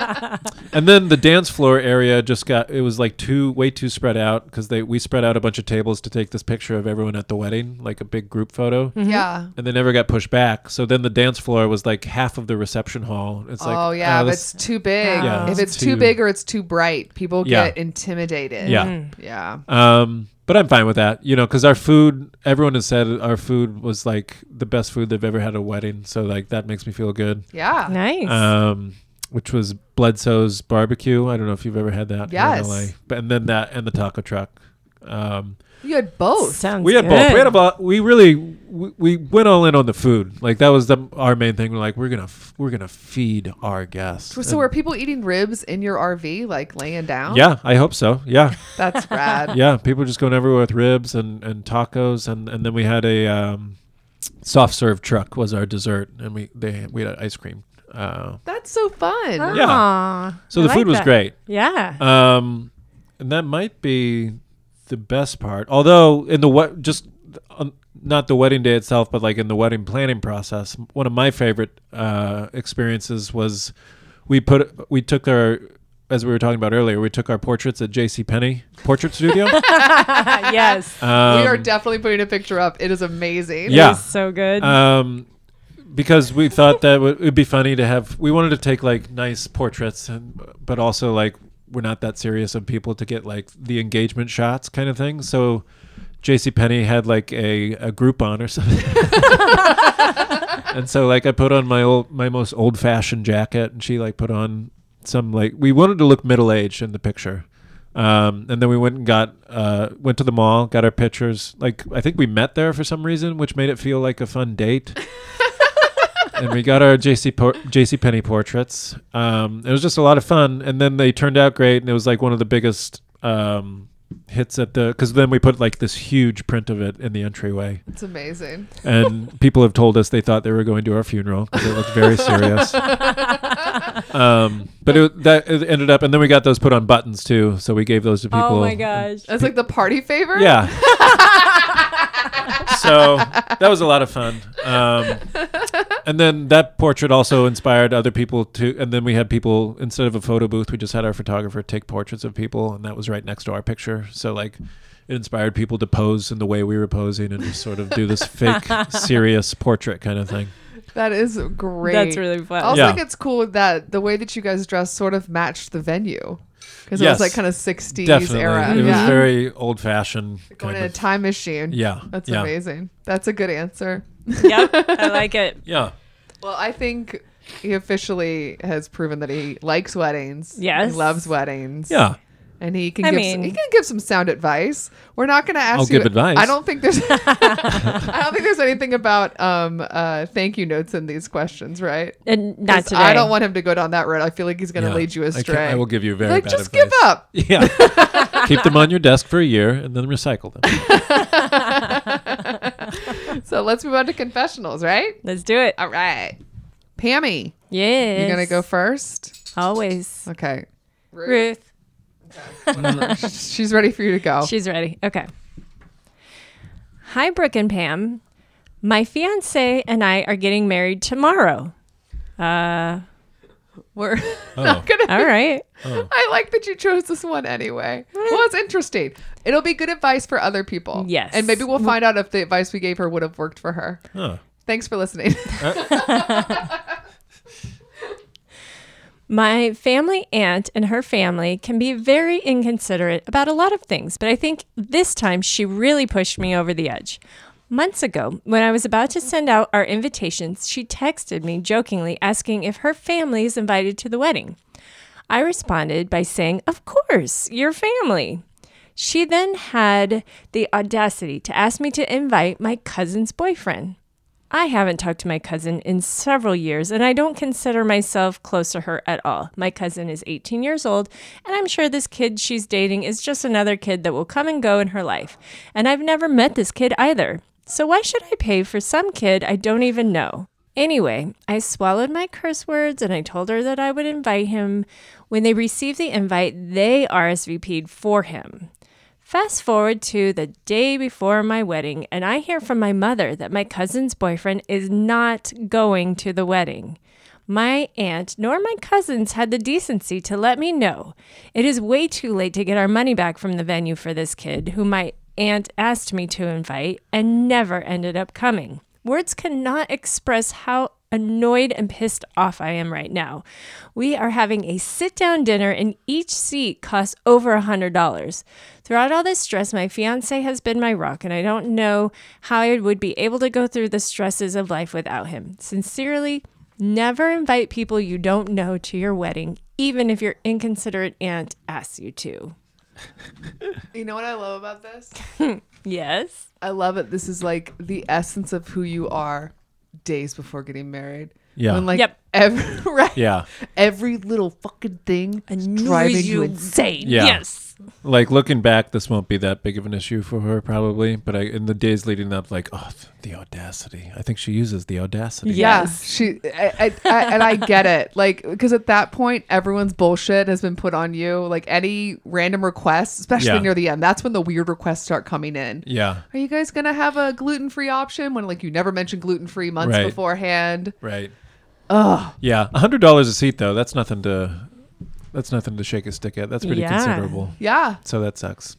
S4: and then the dance floor area just got it was like too way too spread out because they we spread out a bunch of tables to take this picture of everyone at the wedding, like a big group photo
S3: Mm-hmm.
S2: Yeah.
S4: and they never got pushed back. So then the dance floor was like half of the reception hall. It's like
S2: oh yeah,
S4: ah,
S2: if
S4: this-
S2: it's too big.
S3: Yeah,
S2: if
S4: it's
S2: it's too
S4: too-
S2: big or it's too bright, people
S4: Yeah.
S2: get intimidated.
S4: yeah.
S2: Yeah.
S4: Um, but I'm fine with that, you know, because our food. Everyone has said our food was like the best food they've ever had at a wedding. So like that makes me feel good.
S2: Yeah.
S3: Nice.
S4: Um, which was Bledsoe's barbecue. I don't know if you've ever had that. here in
S2: Yes.
S4: LA. But and then that and the taco truck. Um,
S2: You had both.
S3: Sounds
S4: we had
S3: good.
S4: both. We had a bo- We really we, we went all in on the food. Like that was the our main thing. We're like we're gonna f- we're gonna feed our guests.
S2: so
S4: And-
S2: were people eating ribs in your RV, like laying
S3: Oh.
S2: down?
S4: yeah, I hope so. Yeah,
S2: That's rad.
S4: [laughs] yeah. People just going everywhere with ribs and, and tacos, and, and then we had a um, soft serve truck was our dessert, and we they we had ice cream. Uh,
S2: That's so fun.
S3: Aw,
S4: Yeah. so
S3: Ah, I
S4: the
S3: like
S4: food was
S3: that.
S4: great. [laughs]
S3: Yeah. [laughs]
S4: Um, and that might be the best part. Although in the what just um, not the wedding day itself, but like in the wedding planning process, one of my favorite uh, experiences was we put we took our as we were talking about earlier, we took our portraits at J.C. Penney Portrait
S3: [laughs]
S4: Studio.
S3: yes.
S4: Um,
S2: we are definitely putting a picture up. It is amazing.
S4: [laughs] Yeah.
S3: It's so good.
S4: um, because we thought that it would be funny to have. We wanted to take like nice portraits, and, but also like we're not that serious of people to get like the engagement shots kind of thing. So J.C. Penney had like a a Groupon or something. and so like I put on my old my most old fashioned jacket, and she like put on some like we wanted to look middle aged in the picture. Um, and then we went and got uh, went to the mall, got our pictures. Like I think we met there for some reason, which made it feel like a fun date. and we got our JC por- JC Penny portraits. Um, it was just a lot of fun, and then they turned out great, and it was like one of the biggest um, hits at the because then we put like this huge print of it in the entryway,
S2: It's amazing.
S4: and people have told us they thought they were going to our funeral because it looked very
S3: [laughs]
S4: serious. um, but it, that it ended up, and then we got those put on buttons too, so we gave those to people.
S3: oh my gosh.
S2: That's like the party favor. [laughs]
S4: Yeah. so that was a lot of fun. Um, and then that portrait also inspired other people to. And then we had people instead of a photo booth, we just had our photographer take portraits of people, and that was right next to our picture. So like, it inspired people to pose in the way we were posing and just sort of do this
S2: [laughs]
S4: fake serious portrait kind of thing.
S2: That is great.
S3: That's really fun.
S2: I also
S4: Yeah.
S2: think it's cool that the way that you guys dress sort of matched the venue. Because
S4: Yes.
S2: it was like kind of 60s
S4: Definitely,
S2: era.
S4: it
S2: yeah.
S4: was very old fashioned.
S2: Going
S4: Kind
S2: in a
S4: of.
S2: time machine.
S4: Yeah,
S2: That's
S4: yeah,
S2: amazing. That's a good answer.
S3: [laughs] yep. I like it.
S4: Yeah.
S2: Well, I think he officially has proven that he likes weddings.
S3: Yes.
S2: He loves weddings.
S4: Yeah.
S2: And he can
S3: I
S2: give
S3: mean-
S2: some, he can give some sound advice. We're not going to ask
S4: I'll
S2: you
S4: give advice.
S2: I don't
S3: [laughs]
S2: think there's I don't think there's anything about um uh thank you notes in these questions, right?
S3: And not
S2: 'Cause
S3: today.
S2: I don't want him to go down that road. I feel like he's going to
S4: yeah.
S2: lead you
S4: I can-
S2: astray.
S4: I, will give you very
S2: like
S4: bad
S2: just give
S4: advice.
S2: up.
S4: [laughs] Yeah. Keep them on your desk for a year and then recycle them.
S2: So let's move on to confessionals, right?
S3: Let's do it.
S2: All right. Pammy,
S3: Yes.
S2: you gonna go first?
S3: Always.
S2: Okay. Ruth.
S3: Ruth.
S2: She's ready for you to go.
S3: She's ready. Okay. Hi, Brooke and Pam. My fiance and I are getting married tomorrow. Uh, we're
S4: [laughs] Oh.
S2: Gonna-
S3: all right.
S2: [laughs] I like that you chose this one anyway. Well, it's interesting. It'll be good advice for other people.
S3: Yes.
S2: And maybe we'll find out if the advice we gave her would have worked for her.
S4: Huh.
S2: Thanks for listening. [laughs]
S3: My family aunt and her family can be very inconsiderate about a lot of things, but I think this time she really pushed me over the edge. Months ago, when I was about to send out our invitations, she texted me jokingly asking if her family is invited to the wedding. I responded by saying, Of course, your family. She then had the audacity to ask me to invite my cousin's boyfriend. I haven't talked to my cousin in several years, and I don't consider myself close to her at all. My cousin is 18 years old, and I'm sure this kid she's dating is just another kid that will come and go in her life. And I've never met this kid either. So why should I pay for some kid I don't even know? Anyway, I swallowed my curse words and I told her that I would invite him. When they received the invite, they RSVP'd for him. Fast forward to the day before my wedding, and I hear from my mother that my cousin's boyfriend is not going to the wedding. My aunt nor my cousins had the decency to let me know. It is way too late to get our money back from the venue for this kid, who my aunt asked me to invite and never ended up coming. Words cannot express how annoyed and pissed off I am right now. We are having a sit down dinner, and each seat costs over a $100. Throughout all this stress, my fiance has been my rock, and I don't know how I would be able to go through the stresses of life without him. Sincerely, never invite people you don't know to your wedding, even if your inconsiderate aunt asks you to.
S2: You know what I love about this?
S3: Yes.
S2: I love it. This is like the essence of who you are days before getting married.
S4: Yeah.
S2: When like
S3: Yep.
S2: every [laughs] right,
S4: Yeah.
S2: every little fucking thing is
S3: Knew
S2: driving you insane.
S3: insane.
S4: Yeah.
S3: Yes.
S4: Like looking back, this won't be that big of an issue for her probably. But I, in the days leading up, like, oh, the audacity. I think she uses the audacity.
S2: Yeah,
S3: Yes.
S2: she I, I, I, and I get it. Like, because at that point, everyone's bullshit has been put on you. Like any random requests, especially
S4: Yeah.
S2: near the end, that's when the weird requests start coming in.
S4: Yeah.
S2: Are you guys gonna have a gluten free option when like you never mentioned gluten free months
S4: Right.
S2: beforehand?
S4: Right. Oh. Yeah. A hundred dollars a seat though. That's nothing to. That's nothing to shake a stick at. That's pretty
S3: Yeah.
S4: considerable.
S2: Yeah,
S4: So that sucks.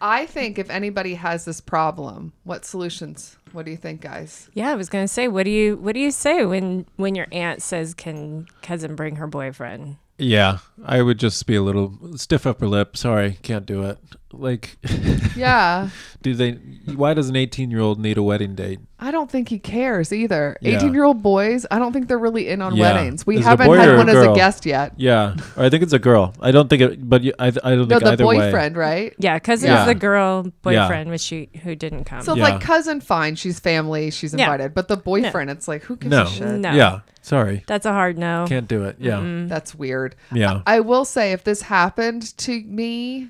S2: I think if anybody has this problem, what solutions? What do you think, guys?
S3: Yeah, I was gonna say, what do you what do you say when when your aunt says, "Can cousin bring her boyfriend?"
S4: Yeah, I would just be a little stiff upper lip. Sorry, can't do it. Like, [laughs]
S2: Yeah,
S4: do they? Why does an eighteen-year-old need a wedding date?
S2: I don't think he cares either.
S4: Yeah.
S2: Eighteen-year-old boys, I don't think they're really in on
S4: Yeah.
S2: weddings. We
S4: Is it a
S2: haven't
S4: boy or
S2: had
S4: a
S2: one as a
S4: girl?
S2: guest yet.
S4: Yeah, or I think it's a girl. I don't think it, but you, I, I don't
S2: No,
S4: think
S2: the
S4: either way.
S2: boyfriend, right?
S3: Yeah, cousin's
S4: Yeah.
S3: the girl boyfriend, which she who didn't come.
S2: So
S4: Yeah.
S2: like cousin, fine, she's family, she's
S3: Yeah.
S2: invited. But the boyfriend, it's like who gives
S4: No.
S2: a shit?
S3: No.
S4: Yeah, sorry,
S3: That's a hard no.
S4: can't do it. Yeah,
S2: That's weird.
S4: yeah,
S2: I will say if this happened to me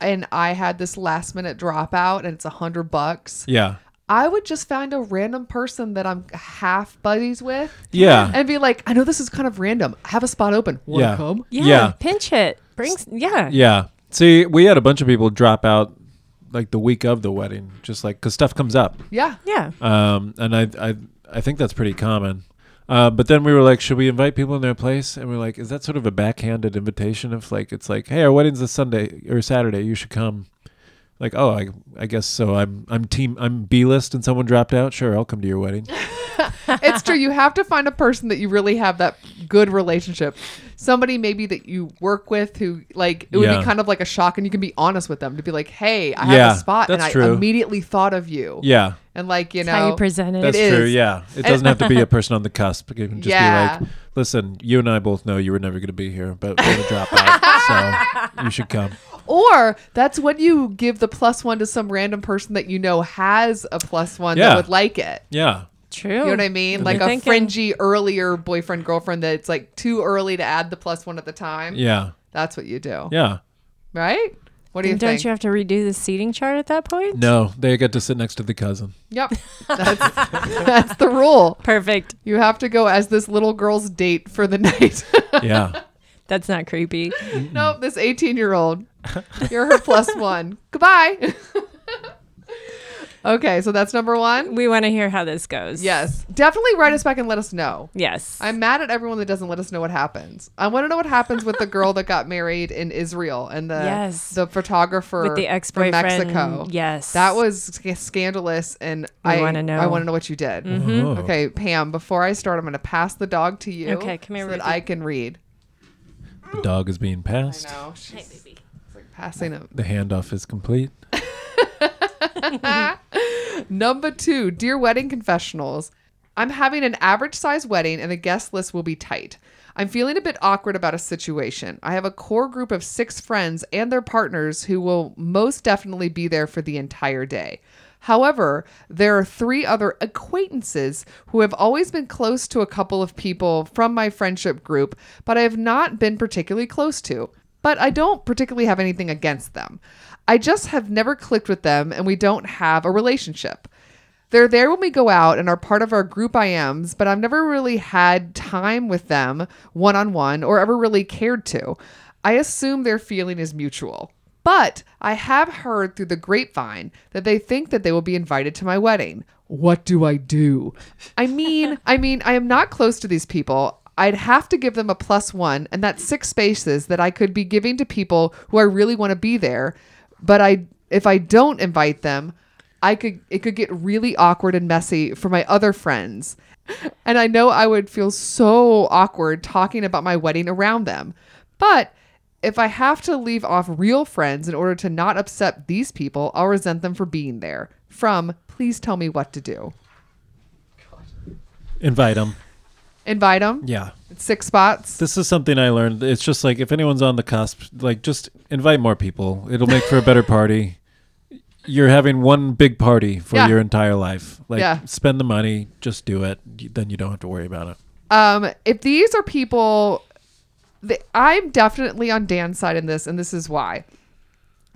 S2: and I had this last minute dropout and it's a hundred bucks,
S4: yeah,
S2: I would just find a random person that I'm half buddies with
S4: yeah,
S2: and be like, I know this is kind of random. Have a spot open. Wanna
S4: Yeah.
S2: come?
S3: yeah,
S4: Yeah.
S3: pinch hit. Brings yeah.
S4: yeah. See, we had a bunch of people drop out like the week of the wedding, just like because stuff comes up.
S2: Yeah.
S3: Yeah.
S4: um, and I, I I think that's pretty common. Uh, but then we were like, should we invite people in their place? And we're like, is that sort of a backhanded invitation? If like it's like, hey, our wedding's this Sunday or Saturday, you should come. Like, oh, I I guess so. I'm I'm team I'm B list, and someone dropped out. Sure, I'll come to
S2: [laughs]
S4: your wedding.
S2: it's true. You have to find a person that you really have that good relationship. Somebody maybe that you work with who like it would
S4: Yeah.
S2: be kind of like a shock and you can be honest with them to be like, Hey, I
S4: Yeah,
S2: have a spot and
S4: that's
S2: I
S4: true.
S2: immediately thought of you.
S4: Yeah,
S2: And like, you know
S3: How you presented.
S4: that's
S2: It
S4: true.
S2: is.
S4: Yeah, it doesn't have to be a person on the cusp. It can just
S2: Yeah.
S4: be like, listen, you and I both know you were never going to be here, but we're gonna drop
S2: [laughs]
S4: out, so you should come.
S2: Or that's when you give the plus one to some random person that you know has a plus one
S4: Yeah.
S2: that would like it.
S4: Yeah,
S3: True.
S2: You know what I mean? Like a
S3: Oh, thinking-
S2: fringy earlier boyfriend girlfriend that it's like too early to add the plus one at the time.
S4: yeah,
S2: That's what you do.
S4: yeah.
S2: Right? What do you
S3: And don't
S2: think?
S3: you have to redo the seating chart at that point?
S4: No, they get to sit next to the cousin.
S2: Yep. [laughs] That's, that's the rule.
S3: Perfect.
S2: You have to go as this little girl's date for the [laughs] night. [laughs]
S4: Yeah.
S3: That's not creepy.
S2: nope, this 18 year old. You're her plus one. Goodbye. [laughs] okay, so that's number one.
S3: we want to hear how this goes.
S2: Yes. Definitely write us back and let us know.
S3: Yes.
S2: I'm mad at everyone that doesn't let us know what happens. I want to know what happens with the girl that got married in Israel and the
S3: Yes.
S2: the photographer
S3: with the ex boyfriend.
S2: from Mexico.
S3: Yes.
S2: That was sc- scandalous, and
S3: We
S2: I
S3: wanna know. Mm-hmm.
S2: I want to know what you did.
S4: Oh.
S2: Mm-hmm. Okay, Pam. Before I start, I'm going to pass the dog to you.
S3: Okay, come here,
S2: so that
S3: Ruthie.
S2: I can read.
S4: The dog is being
S2: I
S4: passed.
S2: know. She's it's like passing him.
S4: The handoff is complete.
S2: Number two, dear wedding confessionals. I'm having an average size wedding and the guest list will be tight. I'm feeling a bit awkward about a situation. I have a core group of six friends and their partners who will most definitely be there for the entire day. However, there are three other acquaintances who have always been close to a couple of people from my friendship group, but I have not been particularly close to but I don't particularly have anything against them. I just have never clicked with them and we don't have a relationship. They're there when we go out and are part of our group IMs, but I've never really had time with them one on one or ever really cared to. I assume their feeling is mutual. But I have heard through the grapevine that they think that they will be invited to my wedding. What do I do? I mean, I mean, I am not close to these people. I'd have to give them a plus one, and that's six spaces that I could be giving to people who I really want to be there. But I, if I don't invite them, I could it could get really awkward and messy for my other friends. And I know I would feel so awkward talking about my wedding around them. But if I have to leave off real friends in order to not upset these people, I'll resent them for being there. From please tell me what to do.
S4: Invite him.
S2: Invite them.
S4: Yeah.
S2: Six spots.
S4: This is something I learned. It's just like if anyone's on the cusp, like just invite more people. It'll make for a better party. You're having one big party for
S2: Yeah.
S4: your entire life. Like
S2: Yeah.
S4: spend the money, just do it. Y- Then you don't have to worry about it.
S2: Um, if these are people, the, I'm definitely on Dan's side in this, and this is why.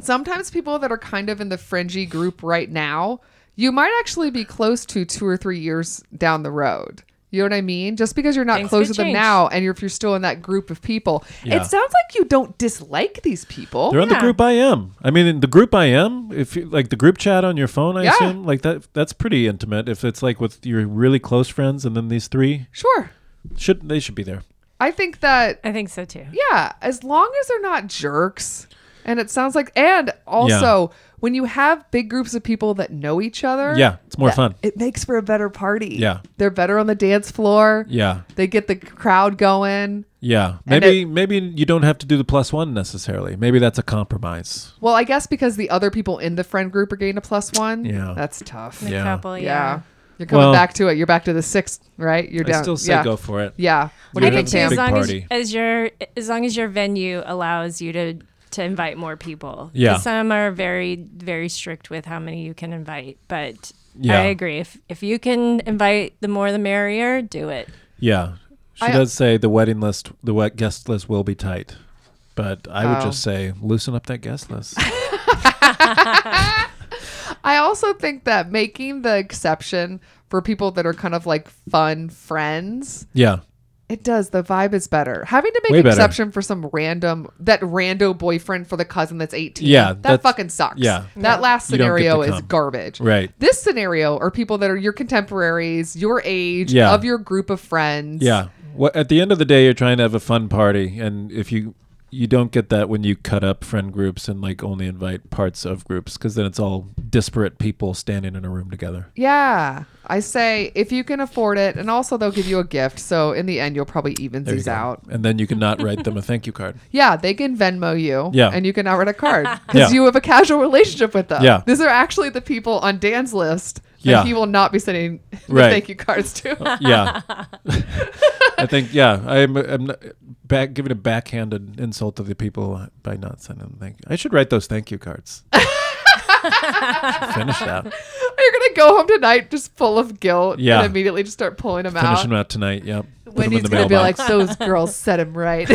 S2: Sometimes people that are kind of in the fringy group right now, you might actually be close to two or three years down the road. You know what I mean? Just because you're not
S3: Things
S2: close
S3: could
S2: to them
S3: change.
S2: now, and you're, if you're still in that group of people,
S4: Yeah.
S2: it sounds like you don't dislike these people.
S4: They're on the
S3: yeah.
S4: group I am. I mean, in the group I am, if you, like the group chat on your phone, I
S2: Yeah.
S4: assume like that that's pretty intimate if it's like with your really close friends and then these three
S2: Sure,
S4: should they should be there.
S2: I think that
S3: I think so too.
S2: Yeah, as long as they're not jerks. And it sounds like, and also when you have big groups of people that know each other,
S4: Yeah, it's more
S2: that-
S4: fun.
S2: It makes for a better party.
S4: Yeah.
S2: they're better on the dance floor.
S4: Yeah.
S2: They get the crowd going.
S4: Yeah.
S2: And
S4: Maybe maybe you don't have to do the plus 1 necessarily. Maybe that's a compromise.
S2: Well, I guess because the other people in the friend group are getting a plus one.
S4: Yeah.
S2: that's tough.
S3: A
S4: Yeah.
S3: couple,
S2: Yeah,
S3: yeah.
S2: you're coming
S4: Well-
S2: back to it. You're back to the sixth, right? You're down.
S4: I still say
S2: yeah.
S4: go for it.
S2: Yeah. What
S4: Yeah,
S2: do you
S4: that's
S2: think, Sam?
S3: as
S4: big
S3: long as,
S4: party.
S3: as your as long as your venue allows you to to invite more people. 'Cause
S4: Yeah.
S3: Some are very very strict with how many you can invite, but
S4: Yeah.
S3: I agree. If if you can invite the more the merrier, do it.
S4: Yeah. She
S2: I- uh,
S4: does say the wedding list, the wet guest list will be tight. But I would
S2: Oh.
S4: just say loosen up that
S2: [laughs]
S4: guest list.
S2: I also think that making the exception for people that are kind of like fun friends
S4: yeah.
S2: It does. The vibe is better. Having to make
S4: Way
S2: an
S4: better.
S2: exception for some random that rando boyfriend for the cousin that's 18.
S4: Yeah,
S2: That
S4: that's-
S2: fucking sucks.
S4: yeah.
S2: That last
S4: You don't get to
S2: scenario is
S4: come.
S2: garbage.
S4: Right.
S2: This scenario are people that are your contemporaries, your age,
S4: Yeah.
S2: of your group of friends.
S4: Yeah. What at the end of the day you're trying to have a fun party and if you you don't get that when you cut up friend groups and like only invite parts of groups cuz then it's all disparate people standing in a room together.
S2: Yeah. I say if you can afford it, and also they'll give you a gift. So in the end, you'll probably even
S4: There you
S2: these
S4: go.
S2: out.
S4: And then you can not write them a thank you card.
S2: Yeah, they can Venmo you.
S4: Yeah.
S2: And you can outrun a [laughs] card
S4: Yeah.
S2: because you have a casual relationship with them.
S4: Yeah.
S2: These are actually the people on Dan's list that
S4: Yeah.
S2: he will not be sending [laughs] the
S4: Right.
S2: thank you cards to. [laughs]
S4: yeah. I think yeah, I'm I'm not- back giving a backhanded insult to the people by not sending them thank you. I should write those thank you cards. Finish that.
S2: You're going to go home tonight just full of guilt
S4: Yeah.
S2: and immediately just start pulling them
S4: Finish
S2: out.
S4: them out tonight. Yep. Put 'em
S2: Wendy's going to be like, [laughs] those girls set him right.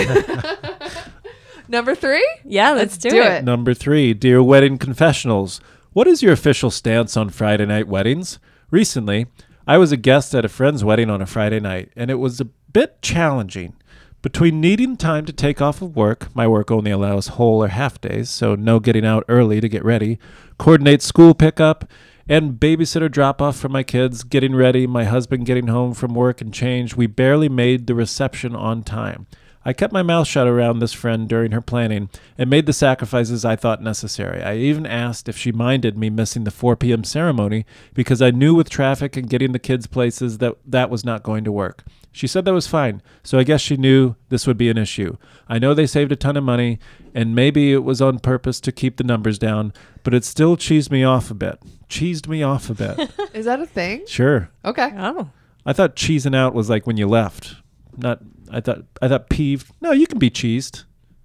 S2: [laughs] Number three?
S3: Yeah, let's, do,
S2: do
S3: it.
S2: it.
S4: Number three, dear wedding confessionals, what is your official stance on Friday night weddings? Recently, I was a guest at a friend's wedding on a Friday night, and it was a bit challenging. Between needing time to take off of work, my work only allows whole or half days, so no getting out early to get ready, coordinate school pickup, and babysitter drop off for my kids, getting ready, my husband getting home from work and change, we barely made the reception on time. I kept my mouth shut around this friend during her planning and made the sacrifices I thought necessary. I even asked if she minded me missing the 4 p.m. ceremony because I knew with traffic and getting the kids places that that was not going to work. She said that was fine, so I guess she knew this would be an issue. I know they saved a ton of money and maybe it was on purpose to keep the numbers down, but it still cheesed me off a bit. Cheesed me off a bit.
S2: Is that a thing?
S4: sure.
S2: Okay.
S3: Oh.
S4: I thought cheesing out was like when you left. Not I thought I thought peeved. No, you can be cheesed.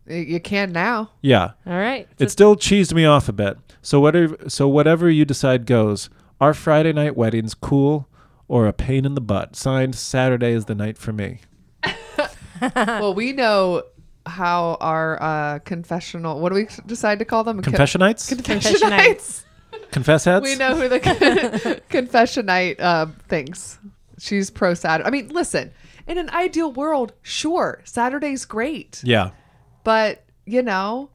S2: Y- You can now.
S4: Yeah.
S3: All right.
S4: It still cheesed me off a bit. So whatever so whatever you decide goes. Are Friday night weddings cool or a pain in the butt? Signed Saturday is the night for me.
S2: well, we know how our uh, confessional, what do we decide to call them? Confession.
S4: Confessionites?
S3: [laughs]
S2: confessionites.
S4: Confess heads?
S2: We know who the confessionite um, thinks. She's pro Saturday. I mean, listen, in an ideal world, sure, Saturday's great,
S4: Yeah.
S2: but you know,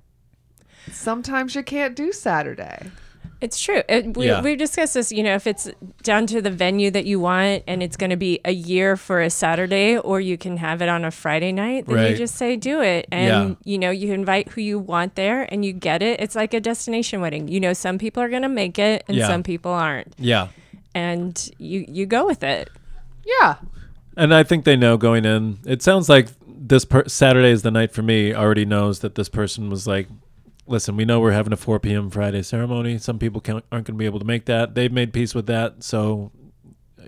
S2: sometimes you can't do Saturday.
S3: It's true. It, we,
S4: Yeah.
S3: We've discussed this. You know, if it's down to the venue that you want and it's going to be a year for a Saturday or you can have it on a Friday night, then
S4: Right.
S3: you just say do it. And, you know, you invite who you want there and you get it. It's like a destination wedding. You know, some people are going to make it and
S4: Yeah.
S3: some people aren't.
S4: Yeah.
S3: And you, you go with it.
S2: Yeah,
S4: And I think they know going in. It sounds like this per- Saturday is the night for me already knows that this person was like, listen, we know we're having a 4 p.m. Friday ceremony. Some people can't, aren't going to be able to make that. They've made peace with that. So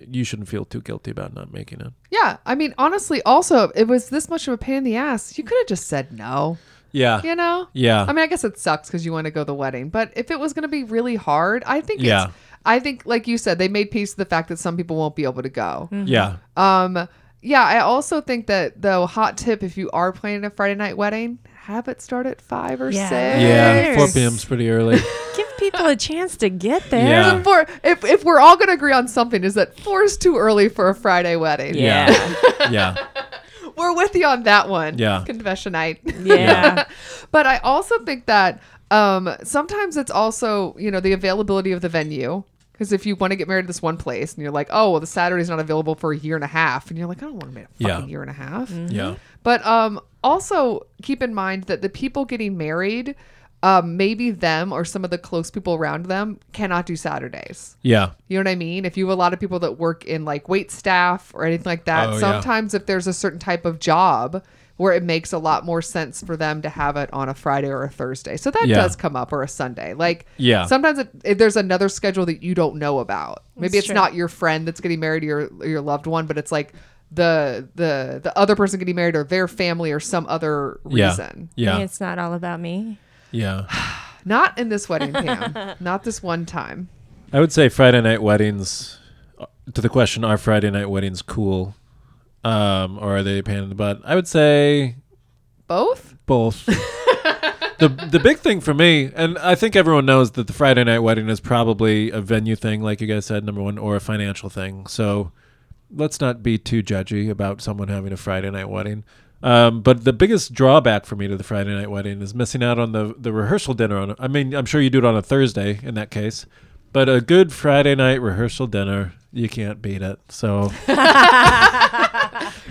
S4: you shouldn't feel too guilty about not making it.
S2: Yeah, I mean, honestly, also, if it was this much of a pain in the ass. You could have just said no.
S4: Yeah.
S2: You know?
S4: Yeah.
S2: I mean, I guess it sucks because you want to go to the wedding, but if it was going to be really hard, I think.
S4: Yeah.
S2: It's, I think, like you said, they made peace with the fact that some people won't be able to go.
S4: Yeah.
S2: Um, yeah, I also think that though, hot tip if you are planning a Friday night wedding, have it start at five or
S3: Yeah.
S2: six.
S4: Yeah.
S3: Yes.
S4: 4 p.m.'s pretty early.
S3: Give people a chance to get there.
S4: Yeah.
S2: Four, if, if we're all going to agree on something, is that four is too early for a Friday wedding.
S4: Yeah. yeah.
S2: We're with you on that one.
S4: Yeah.
S2: Confession night. [laughs]
S3: Yeah.
S2: but I also think that um, sometimes it's also, you know, the availability of the venue. Because if you want to get married at this one place and you're like, oh, well, the Saturday's not available for a year and a half. And you're like, I don't want to wait a
S4: Yeah.
S2: fucking year and a half.
S3: Mm-hmm.
S4: Yeah.
S2: But um, also keep in mind that the people getting married, um, maybe them or some of the close people around them cannot do Saturdays.
S4: Yeah.
S2: You know what I mean? If you have a lot of people that work in like wait staff or anything like that,
S4: Oh, yeah.
S2: sometimes if there's a certain type of job where it makes a lot more sense for them to have it on a Friday or a Thursday. So that
S4: Yeah.
S2: does come up or a Sunday. Like
S4: Yeah.
S2: sometimes it, if there's another schedule that you don't know about. Maybe
S3: That's
S2: it's
S3: true.
S2: not your friend that's getting married or your, your loved one, but it's like the the the other person getting married or their family or some other
S4: Yeah.
S2: reason.
S3: Hey,
S4: Yeah.
S3: It's not all about me.
S4: Yeah.
S2: Not in this wedding,
S3: [laughs]
S2: Pam. not this one time.
S4: I would say Friday night weddings. uh, To the question, are Friday night weddings cool, um, or are they a pain in the butt? I would say
S2: Both?
S4: both. the The big thing for me, and I think everyone knows that the Friday night wedding is probably a venue thing, like you guys said, number one, or a financial thing. So let's not be too judgy about someone having a Friday night wedding. Um, but the biggest drawback for me to the Friday night wedding is missing out on the the rehearsal dinner. On I mean, I'm sure you do it on a Thursday in that case, but a good Friday night rehearsal dinner, you can't beat it. So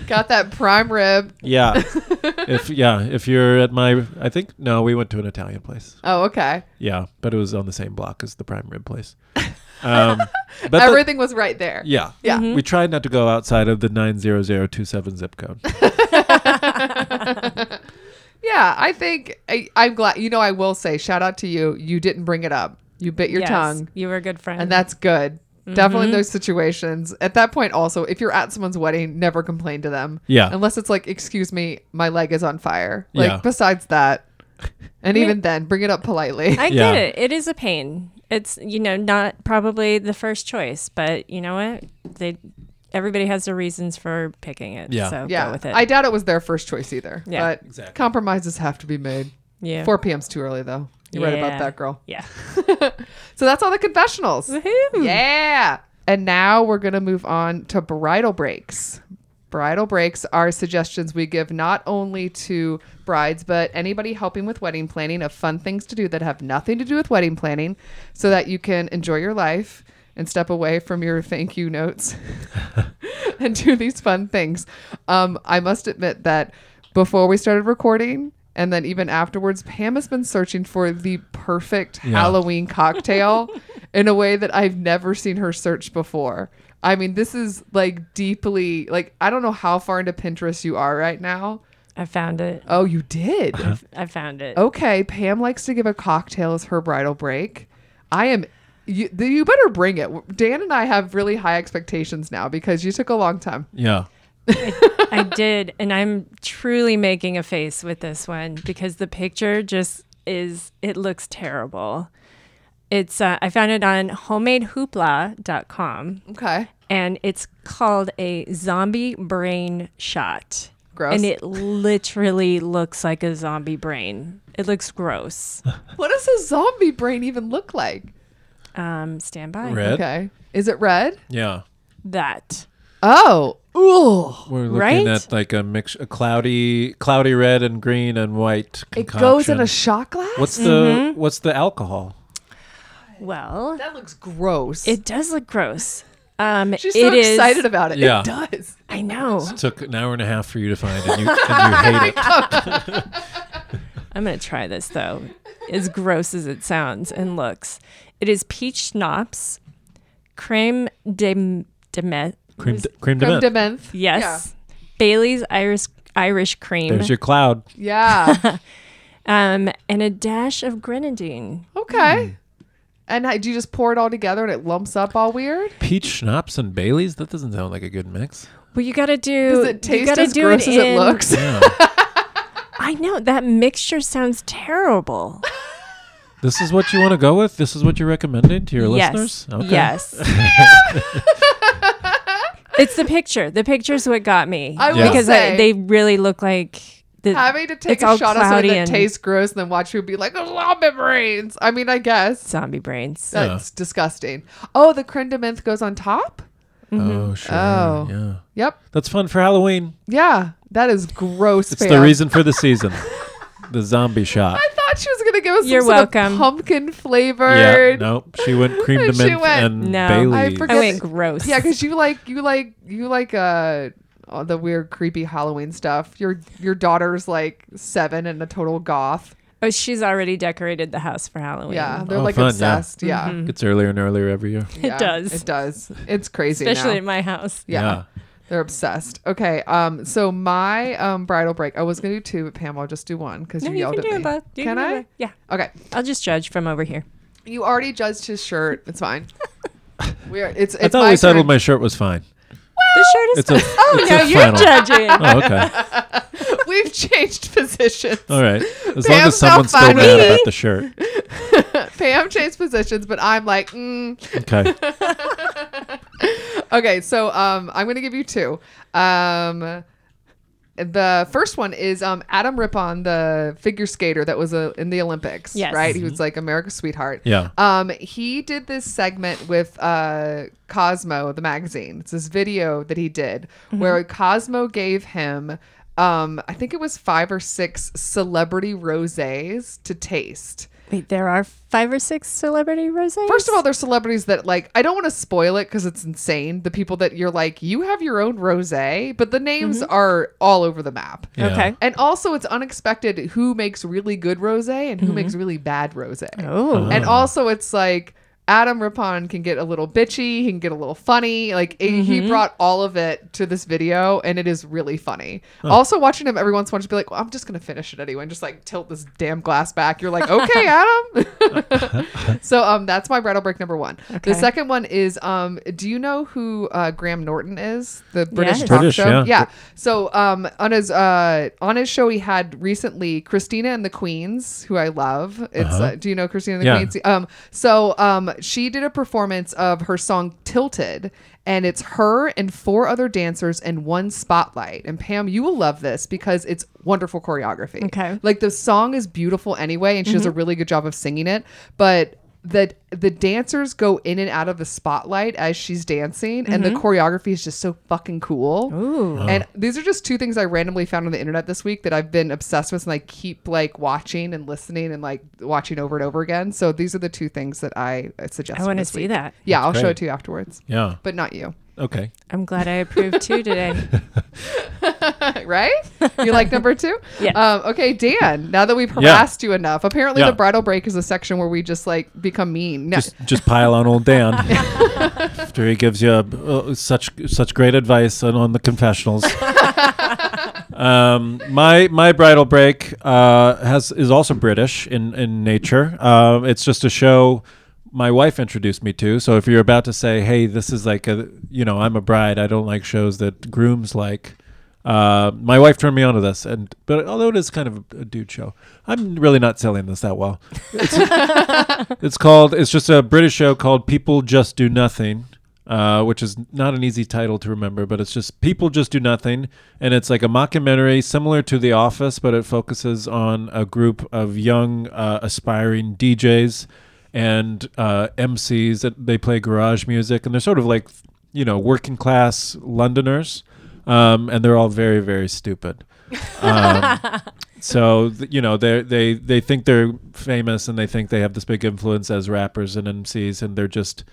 S2: Got that prime rib.
S4: yeah, [laughs] if yeah, if you're at my, I think no, we went to an Italian place.
S2: Oh, okay.
S4: Yeah, but it was on the same block as the prime rib
S2: [laughs]
S4: place. Um, but the-
S2: Everything was right there.
S4: yeah,
S2: Yeah.
S4: We tried not to go outside of the nine zero zero two seven zip code.
S2: Yeah, I think I, I'm glad. You know, I will say, shout out to you. You didn't bring it up. You bit your
S3: Yes, Mm-hmm.
S2: tongue,
S3: You were a good friend.
S2: and that's good. Definitely in those situations. At that point, also, if you're at someone's wedding, never complain to them.
S4: Yeah.
S2: Unless it's like, excuse me, my leg is on fire. Like,
S4: Yeah.
S3: [laughs]
S2: besides that, and even then, bring it up [laughs] politely.
S3: I
S4: Yeah.
S3: get it. It is a pain. It's you know not probably the first choice, but you know what? They everybody has their reasons for picking it.
S4: Yeah.
S3: So
S2: yeah.
S3: go with it.
S2: I doubt it was their first choice either.
S3: Yeah.
S2: But
S4: Exactly.
S2: compromises have to be made.
S3: yeah.
S2: 4 p.m.'s too early, though. You're right about
S3: Yeah.
S2: that, girl.
S3: Yeah.
S2: So that's all the confessionals.
S3: Woohoo.
S2: Yeah. And now we're going to move on to bridal breaks. Bridal breaks are suggestions we give not only to brides, but anybody helping with wedding planning of fun things to do that have nothing to do with wedding planning so that you can enjoy your life and step away from your thank you notes [laughs] and do these fun things. Um, I must admit that before we started recording, and then even afterwards, Pam has been searching for the perfect Halloween cocktail in a way that I've never seen her search before. I mean, this is like deeply like I don't know how far into Pinterest you are right now.
S3: I found it.
S2: Oh, you did.
S3: I found it.
S2: okay, Pam likes to give a cocktail as her bridal break. I am. You, you better bring it. Dan and I have really high expectations now because you took a long time. [laughs]
S4: Yeah,
S3: I did, and I'm truly making a face with this one because the picture just is it looks terrible. It's uh, I found it on homemadehoopla.com
S2: Okay.
S3: and it's called a zombie brain shot.
S2: Gross.
S3: And it literally looks like a zombie brain. It looks
S4: [laughs]
S3: gross.
S2: What does a zombie brain even look like?
S3: Um, stand by.
S4: red.
S2: Okay. Is it red?
S4: Yeah,
S3: That.
S2: Oh. Ooh.
S4: we're looking
S3: Right?
S4: at like a mix, a cloudy, cloudy red and green and white.
S2: It goes in a
S4: concoction.
S2: Mm-hmm. shot glass?
S4: What's the What's the alcohol?
S3: Well,
S2: that looks gross.
S3: it does look gross. Um,
S2: She's so
S3: it is-
S2: excited about it.
S4: Yeah.
S2: It does.
S3: I know.
S4: Took an hour and a half for you to find,
S2: [laughs]
S4: and you, and you hate it.
S2: Oh,
S3: I'm going to try this though. As gross as it sounds and looks, it is peach schnapps, creme de, de me-
S4: Cream, d-
S2: Creme
S4: cream, cream
S2: de menthe.
S3: yes, Bailey's Irish Irish cream,
S4: There's your cloud.
S3: [laughs]
S2: Yeah. Yeah.
S3: um, and a dash of grenadine.
S4: Hmm.
S2: okay. And I, do you just pour it all together and it lumps up all weird?
S4: Peach schnapps and Bailey's? That doesn't sound like a good mix.
S3: Well, you got to do.
S2: Does it
S3: you
S2: taste
S3: gotta
S2: as
S3: do
S2: gross as it
S3: in-
S2: looks? [laughs]
S4: Yeah.
S3: [laughs] I know that mixture sounds terrible.
S4: this is what you want to go with? This is what you're recommending to your
S3: yes.
S2: [laughs]
S4: listeners?
S3: Yes. it's the picture. The picture's what got me.
S2: I will
S3: because
S2: say-
S3: I, they really look like. The,
S2: Having to take
S3: it's
S2: a
S3: all
S2: shot of something
S3: cloudy
S2: that
S3: and-
S2: tastes gross and then watch you be like, oh, zombie brains. I mean, I guess.
S3: zombie brains.
S4: Yeah.
S2: That's disgusting. Oh, the creme de menthe goes on top?
S4: Oh, sure.
S2: Oh.
S4: Yeah.
S2: Yep.
S4: That's fun for Halloween.
S2: Yeah. That is gross.
S4: It's the
S2: fam.
S4: reason for
S2: [laughs]
S4: the season. the zombie shot.
S2: I thought she was going to give us some
S3: You're
S2: sort of
S3: welcome.
S2: pumpkin
S4: Yeah,
S2: flavored.
S4: no,
S2: [laughs]
S4: she went cream de
S2: She
S4: menthe
S2: went-
S4: and
S3: No.
S4: Bailey's.
S2: I forget-
S3: I went gross.
S2: Yeah, because you like you like you like uh all the weird creepy Halloween stuff. Your your daughter's like seven and a total goth.
S3: oh, she's already decorated the house for Halloween. [laughs]
S2: Yeah, they're
S4: Oh,
S2: like
S4: fun, yeah.
S2: obsessed. Yeah.
S4: It's earlier and earlier every year.
S3: Mm-hmm.
S2: Yeah,
S3: does.
S2: It does. It's crazy.
S3: especially
S2: now.
S3: in my house.
S2: Yeah. They're obsessed. Okay. Um. So my um bridal break. I was gonna do two, but Pam, I'll just do one because
S3: No,
S2: you
S3: you
S2: yelled
S3: can do
S2: at
S3: them
S2: me.
S3: both. You
S2: can
S3: do
S2: I?
S3: both. Yeah,
S2: Okay.
S3: I'll just judge from over here.
S2: You already judged his shirt.
S3: [laughs]
S2: It's fine. We are. It's. it's
S4: I thought
S2: my
S4: we settled
S2: turn.
S4: my shirt
S2: [laughs]
S4: was fine.
S3: The shirt is.
S4: It's a.
S3: oh
S4: it's
S3: no,
S4: a
S3: you're
S4: flannel.
S3: judging.
S4: [laughs] Oh,
S2: [laughs]
S4: okay.
S2: We've changed positions.
S4: All right. As long
S2: Pam's
S4: as someone's
S2: not
S4: still mad
S2: funny.
S4: about the shirt.
S2: Pam changed positions, but I'm like, mm.
S4: Okay.
S2: okay. So um, I'm gonna give you two. Um. The first one is um, Adam Rippon, the figure skater that was uh, in the Olympics,
S3: Yes.
S2: right? He was like America's sweetheart. [laughs]
S4: Mm-hmm. Yeah.
S2: Um, he did this segment with uh, Cosmo, the magazine. It's this video that he did where Cosmo gave him, um, I think it was five or six celebrity rosés to taste.
S3: Wait, there are five or six celebrity rosés.
S2: First of all, there's celebrities that like I don't want to spoil it because it's insane. The people that you're like, you have your own rosé, but the names are all over the map.
S4: Yeah.
S3: okay.
S2: And also, it's unexpected who makes really good rosé and who makes really bad rosé.
S4: Uh-huh.
S3: Oh,
S2: And also, it's like Adam Rippon can get a little bitchy. He can get a little funny. Like it- he
S4: Mm-hmm.
S2: brought all of it to this video, and it is really funny. Also, watching him every once in a while, just be like, well, I'm just gonna finish it anyway, and just like tilt this damn glass back. You're like,
S4: [laughs]
S2: okay, Adam. so um, that's my bridal break number one.
S3: Okay.
S2: The second one is um, do you know who uh, Graham Norton is? The British
S3: Yes.
S2: talk
S4: British,
S2: show.
S4: yeah.
S2: So um, on his uh, on his show, he had recently Christina and the Queens, who I love. It's uh do you know Christina and the
S4: Yeah.
S2: Queens? Um, so um, she did a performance of her song "Tilted," and it's her and four other dancers and one spotlight. And Pam, you will love this because it's wonderful choreography.
S3: Okay. Mm-hmm.
S2: like the song is beautiful anyway, and she does a really good job of singing it, but. The, the dancers go in and out of the spotlight as she's dancing, and the choreography is just so fucking cool.
S3: Mm-hmm. Ooh.
S4: Oh.
S2: And these are just two things I randomly found on the internet this week that I've been obsessed with and I keep like watching and listening and like watching over and over again. So these are the two things that I uh, suggest.
S3: I want to see that.
S2: Yeah, I'll show
S4: great.
S2: it to you afterwards,
S4: Yeah.
S2: but not you. [laughs]
S4: Okay.
S3: I'm glad I approved
S4: [laughs]
S3: two today. [laughs]
S2: right? You like number two?
S3: Yes.
S2: Um, okay, Dan, now that we've
S4: Yeah.
S2: harassed you enough, apparently
S4: Yeah.
S2: the bridal break is a section where we just like become mean. No,
S4: Just just pile on old Dan after he gives you uh, such such great advice on, on the confessionals. um, my my bridal break uh, has is also British in in nature. Um, it's just a show my wife introduced me to. So if you're about to say, "Hey, this is like a you know I'm a bride. I don't like shows that grooms like." Uh, my wife turned me onto this, and but although it is kind of a, a dude show, I'm really not selling this that well. It's called. It's just a British show called "People Just Do Nothing," uh, which is not an easy title to remember, but it's just "People Just Do Nothing," and it's like a mockumentary similar to The Office, but it focuses on a group of young, uh, aspiring DJs and uh, MCs that they play garage music, and they're sort of like you know working class Londoners, um, and they're all very very stupid. Um, So th- you know they they they think they're famous and they think they have this big influence as rappers and MCs and they're just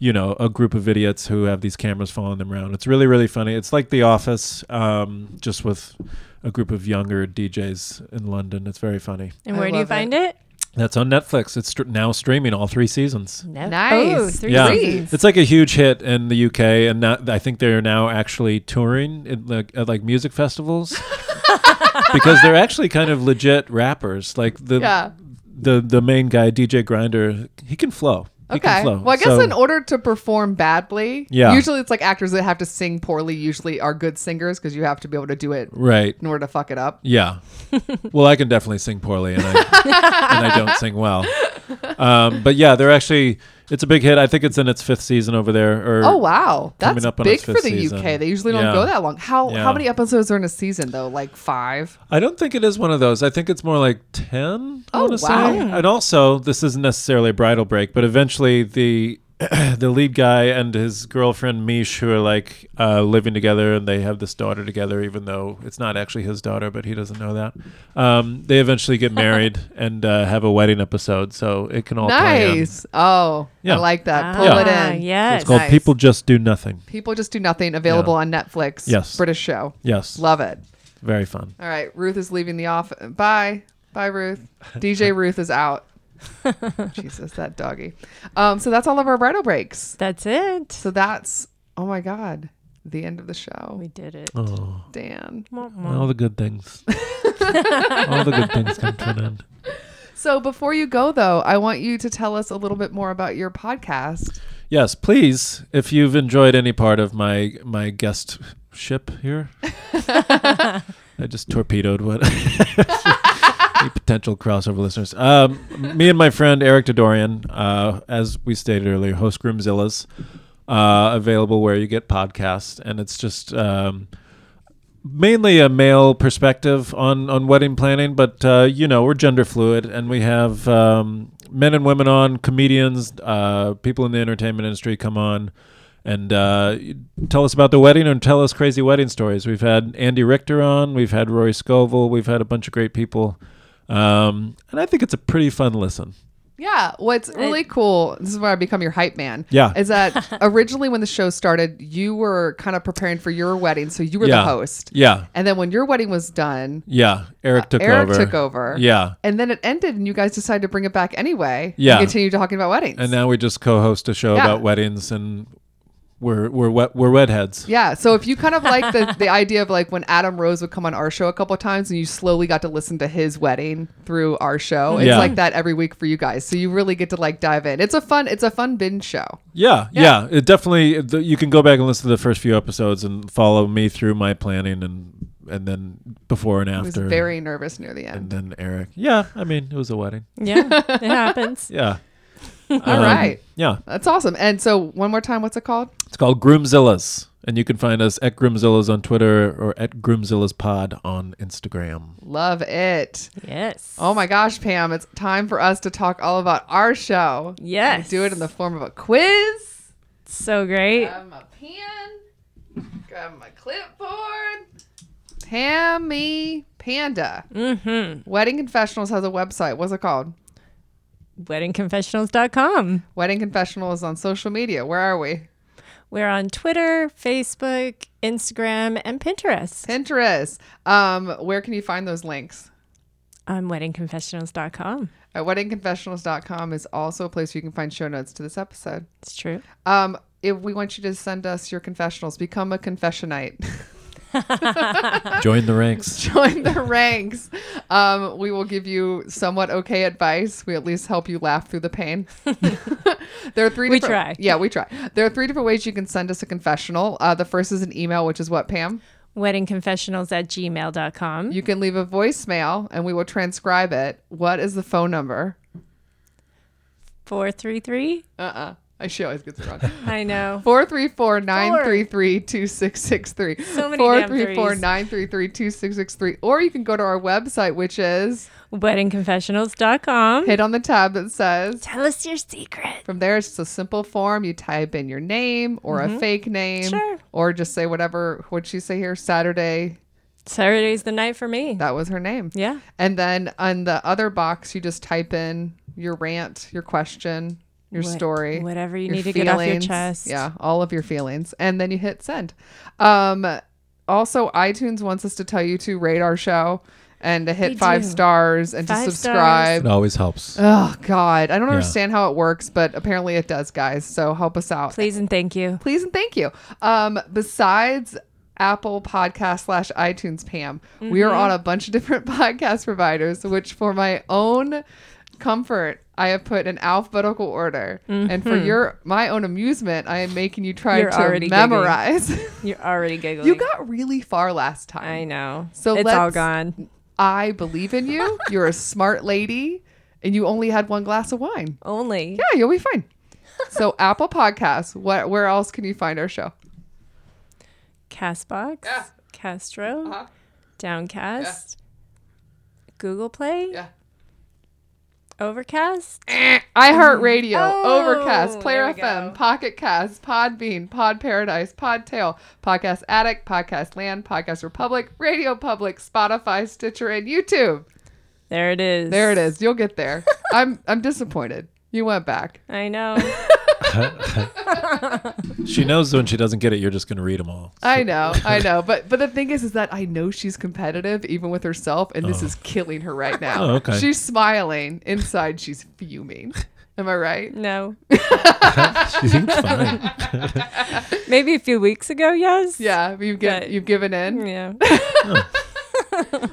S4: you know a group of idiots who have these cameras following them around. It's really really funny. It's like The Office, um, just with a group of younger DJs in London. It's very funny.
S3: And
S2: I
S3: where do you
S2: love it.
S3: find it?
S4: That's on Netflix. It's str- now streaming all three seasons.
S3: No.
S2: Nice.
S3: Oh, three
S4: Yeah,
S3: seasons.
S4: it's like a huge hit in the UK, and now I think they're now actually touring at like, at like
S2: [laughs]
S4: music festivals because they're actually kind of legit rappers. Like the
S2: Yeah.
S4: the the main guy, DJ Grinder, he can flow. He can
S2: Okay.
S4: flow.
S2: Well, I guess
S4: So-
S2: in order to perform badly,
S4: Yeah.
S2: usually it's like actors that have to sing poorly usually are good singers because you have to be able to do it
S4: Right.
S2: in order to fuck it up. [laughs]
S4: Yeah. well, I can definitely sing poorly, and I, and I don't
S2: [laughs]
S4: sing well. Um, but yeah, they're actually. It's a big hit. I think it's in its fifth season over there. Or
S2: Oh wow, that's
S4: Coming up on
S2: big
S4: its
S2: for the
S4: fifth season.
S2: UK. They usually don't
S4: Yeah.
S2: go that long. How
S4: Yeah.
S2: how many episodes are in a season though? Like five.
S4: I don't think it is one of those. I think it's more like 10,
S2: Oh,
S4: I want to
S2: wow.
S4: say. And also, this isn't necessarily a bridal break, but eventually the [clears throat] the lead guy and his girlfriend Mish, who are like uh, living together and they have this daughter together, even though it's not actually his daughter, but he doesn't know that. Um, they eventually
S2: [laughs]
S4: get married and uh, have a wedding episode, so it can all play in.
S2: nice. Oh,
S4: Yeah.
S2: I like that. Pull
S4: Yeah.
S3: Ah,
S2: it in.
S3: Yes.
S4: It's called
S2: Nice.
S4: People Just Do Nothing.
S2: People just do nothing. Available
S4: Yeah.
S2: on Netflix.
S4: Yes.
S2: British show.
S4: Yes,
S2: Love it.
S4: very fun.
S2: All right, Ruth is leaving the office. Bye. Bye,
S4: [laughs]
S2: Ruth. DJ Ruth is out. Jesus, that doggy. Um, so that's all of our bridal breaks.
S3: That's it.
S2: So that's, oh my God, the end of the show.
S3: We did it.
S4: Oh,
S2: Dan.
S3: Mwah, mwah.
S4: all the
S2: [laughs]
S4: good things. all the good things come to an end.
S2: So before you go, though, I want you to tell us a little bit more about your podcast.
S4: Yes, please. If you've enjoyed any part of my my guest ship here, I just torpedoed what [laughs] any potential crossover listeners. Um, me and my friend Eric Dodorian, uh, as we stated earlier, host Groomzilla's, uh, available where you get podcasts, and it's just. Um, mainly a male perspective on on wedding planning, but uh, you know we're gender fluid, and we have um, men and women on, comedians, uh, people in the entertainment industry come on. And uh, tell us about the wedding and tell us crazy wedding stories. We've had Andy Richter on, we've had Rory Scovel, we've had a bunch of great people. Um, and I think it's a pretty fun listen.
S2: Yeah, what's really cool, this is where I become your hype man.
S4: Yeah.
S2: Is [laughs] that originally when the show started, you were kind of preparing for your wedding. So you were
S4: yeah.
S2: the host.
S4: Yeah.
S2: And then when your wedding was done,
S4: Yeah. Eric took
S2: Uh, Eric
S4: over.
S2: took over.
S4: Yeah.
S2: And then it ended, and you guys decided to bring it back anyway.
S4: Yeah.
S2: And continue talking about weddings.
S4: And now we just co host a show
S2: Yeah.
S4: about weddings and we're, we're, wet, we're wedheads.
S2: yeah. So if you kind of like the, the idea of like when Adam Rose would come on our show a couple of times and you slowly got to listen to his wedding through our show, it's
S4: Yeah.
S2: like that every week for you guys. So you really get to like dive in. It's a fun, it's a fun binge show.
S4: Yeah, yeah, It definitely. The, you can go back and listen to the first few episodes and follow me through my planning and and then before and
S2: I was
S4: after.
S2: very nervous near the end.
S4: And then Eric. Yeah, I mean it was a wedding.
S3: Yeah, it
S2: [laughs]
S3: happens.
S4: Yeah. All right.
S2: right.
S4: Yeah,
S2: That's awesome. And so one more time, what's it called?
S4: it's called Groomzillas, and you can find us at Groomzillas on Twitter or at Groomzillas Pod on Instagram.
S2: [laughs] Love it.
S3: Yes.
S2: Oh my gosh, Pam, it's time for us to talk all about our show.
S3: Yes.
S2: We do it in the form of a quiz.
S3: So great.
S2: Grab my pen. Grab my clipboard. Pammy Panda.
S3: Mm-hmm.
S2: Wedding Confessionals has a website. What's it called?
S3: WeddingConfessionals.com.
S2: Wedding Confessionals on social media. Where are we?
S3: We're on Twitter, Facebook, Instagram, and Pinterest.
S2: Pinterest. Um, where can you find those links?
S3: On WeddingConfessionals.com.
S2: At weddingconfessionals.com is also a place where you can find show notes to this episode.
S3: It's true.
S2: Um, if we want you to send us your confessionals, become a confessionite.
S4: Join the ranks.
S2: join the ranks. Um, we will give you somewhat okay advice. We at least help you laugh through
S3: [laughs]
S2: the pain. there are three.
S3: We try.
S2: different, Yeah, we try. There are three different ways you can send us a confessional. Uh, the first is an email, which is what Pam.
S3: WeddingConfessionals at gmail.com.
S2: You can leave a voicemail, and we will transcribe it. What is the phone number?
S3: 433.
S2: Uh uh I she always gets it wrong. [laughs]
S3: I know.
S2: 434-933-2663.
S3: So many damn threes.
S2: 434-933-2663. Or you can go to our website, which is
S3: WeddingConfessionals.com.
S2: hit on the tab that says
S3: Tell us your secret.
S2: From there, it's just a simple form. You type in your name or a fake name,
S3: Mm-hmm. Sure.
S2: or just say whatever. What'd she say here? Saturday.
S3: Saturday's the night for me.
S2: That was her name.
S3: yeah.
S2: And then on the other box, you just type in your rant, your question, your
S3: What-
S2: story,
S3: Whatever you
S2: your
S3: need to get off your chest.
S2: Yeah, all of your feelings, and then you hit send. Um, also, iTunes wants us to tell you to rate our show and to hit
S3: They
S2: five
S3: do.
S2: stars and
S3: Five
S2: to
S3: stars.
S2: subscribe.
S4: It
S2: [laughs]
S4: always helps.
S2: Oh God, I don't
S4: Yeah.
S2: understand how it works, but apparently it does, guys. So help us out,
S3: Please and thank you.
S2: please and thank you. Um, besides Apple Podcast slash iTunes, Pam, [laughs] we are on a bunch of different podcast providers. Which, for my own comfort, I have put in alphabetical order, and for your my own amusement, I am making you try
S3: You're
S2: to
S3: already giggling.
S2: memorize. [laughs]
S3: You're already giggling.
S2: you got really far last time.
S3: I know.
S2: So
S3: it's all
S2: let's-
S3: gone.
S2: I believe in you. You're a smart lady, and you only had one glass of wine.
S3: Only.
S2: Yeah, you'll be fine. So Apple Podcasts. What? Where else can you find our show?
S3: Castbox,
S2: Yeah.
S3: Castro,
S2: Uh-huh.
S3: Downcast, Google Play,
S2: Yeah.
S3: Overcast.
S2: iHeartRadio,
S3: Mm. Oh,
S2: Overcast, Player
S3: there we
S2: FM,
S3: go.
S2: Pocket Cast, Podbean, Pod Paradise, Podtail, Podcast Addict, Podcast Land, Podcast Republic, Radio Public, Spotify, Stitcher, and YouTube.
S3: There it is.
S2: There it is. You'll get
S3: [laughs]
S2: there. I'm I'm disappointed. You went back.
S3: I know.
S2: [laughs]
S4: She knows when she doesn't get it, you're just going to read them
S2: [laughs]
S4: all.
S2: I know,
S3: [laughs]
S2: I know. But but the thing is is that I know she's competitive even with herself and this is killing her right now.
S4: Oh, okay.
S2: She's smiling. Inside she's fuming. Am I
S3: [laughs]
S2: right?
S3: no.
S4: She thinks fine.
S3: Maybe a few weeks ago, yes.
S2: Yeah, you've
S3: But-
S2: get, you've given in. [laughs]
S3: Yeah.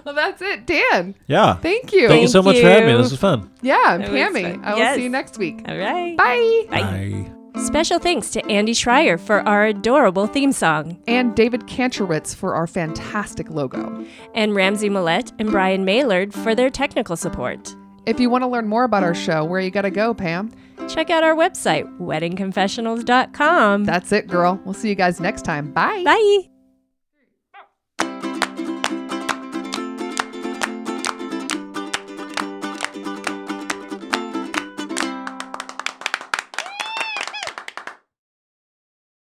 S2: Well, that's it, Dan.
S4: Yeah.
S2: Thank you.
S4: Thank you so much for having me.
S3: you.
S4: This was fun.
S2: Yeah, and
S3: That was
S2: Pammy.
S3: fun.
S2: I will
S3: Yes.
S2: see you next week.
S3: All right.
S2: Bye.
S3: Bye.
S4: Bye.
S3: Special thanks to Andy Schreier for our adorable theme song,
S2: And David Kantrowitz for our fantastic logo.
S3: and Ramsey Millette and Brian Maylard for their technical support.
S2: If you want to learn more about our show, where you got to go, Pam?
S3: Check out our website, weddingconfessionals.com.
S2: That's it, girl. We'll see you guys next time. Bye.
S3: Bye.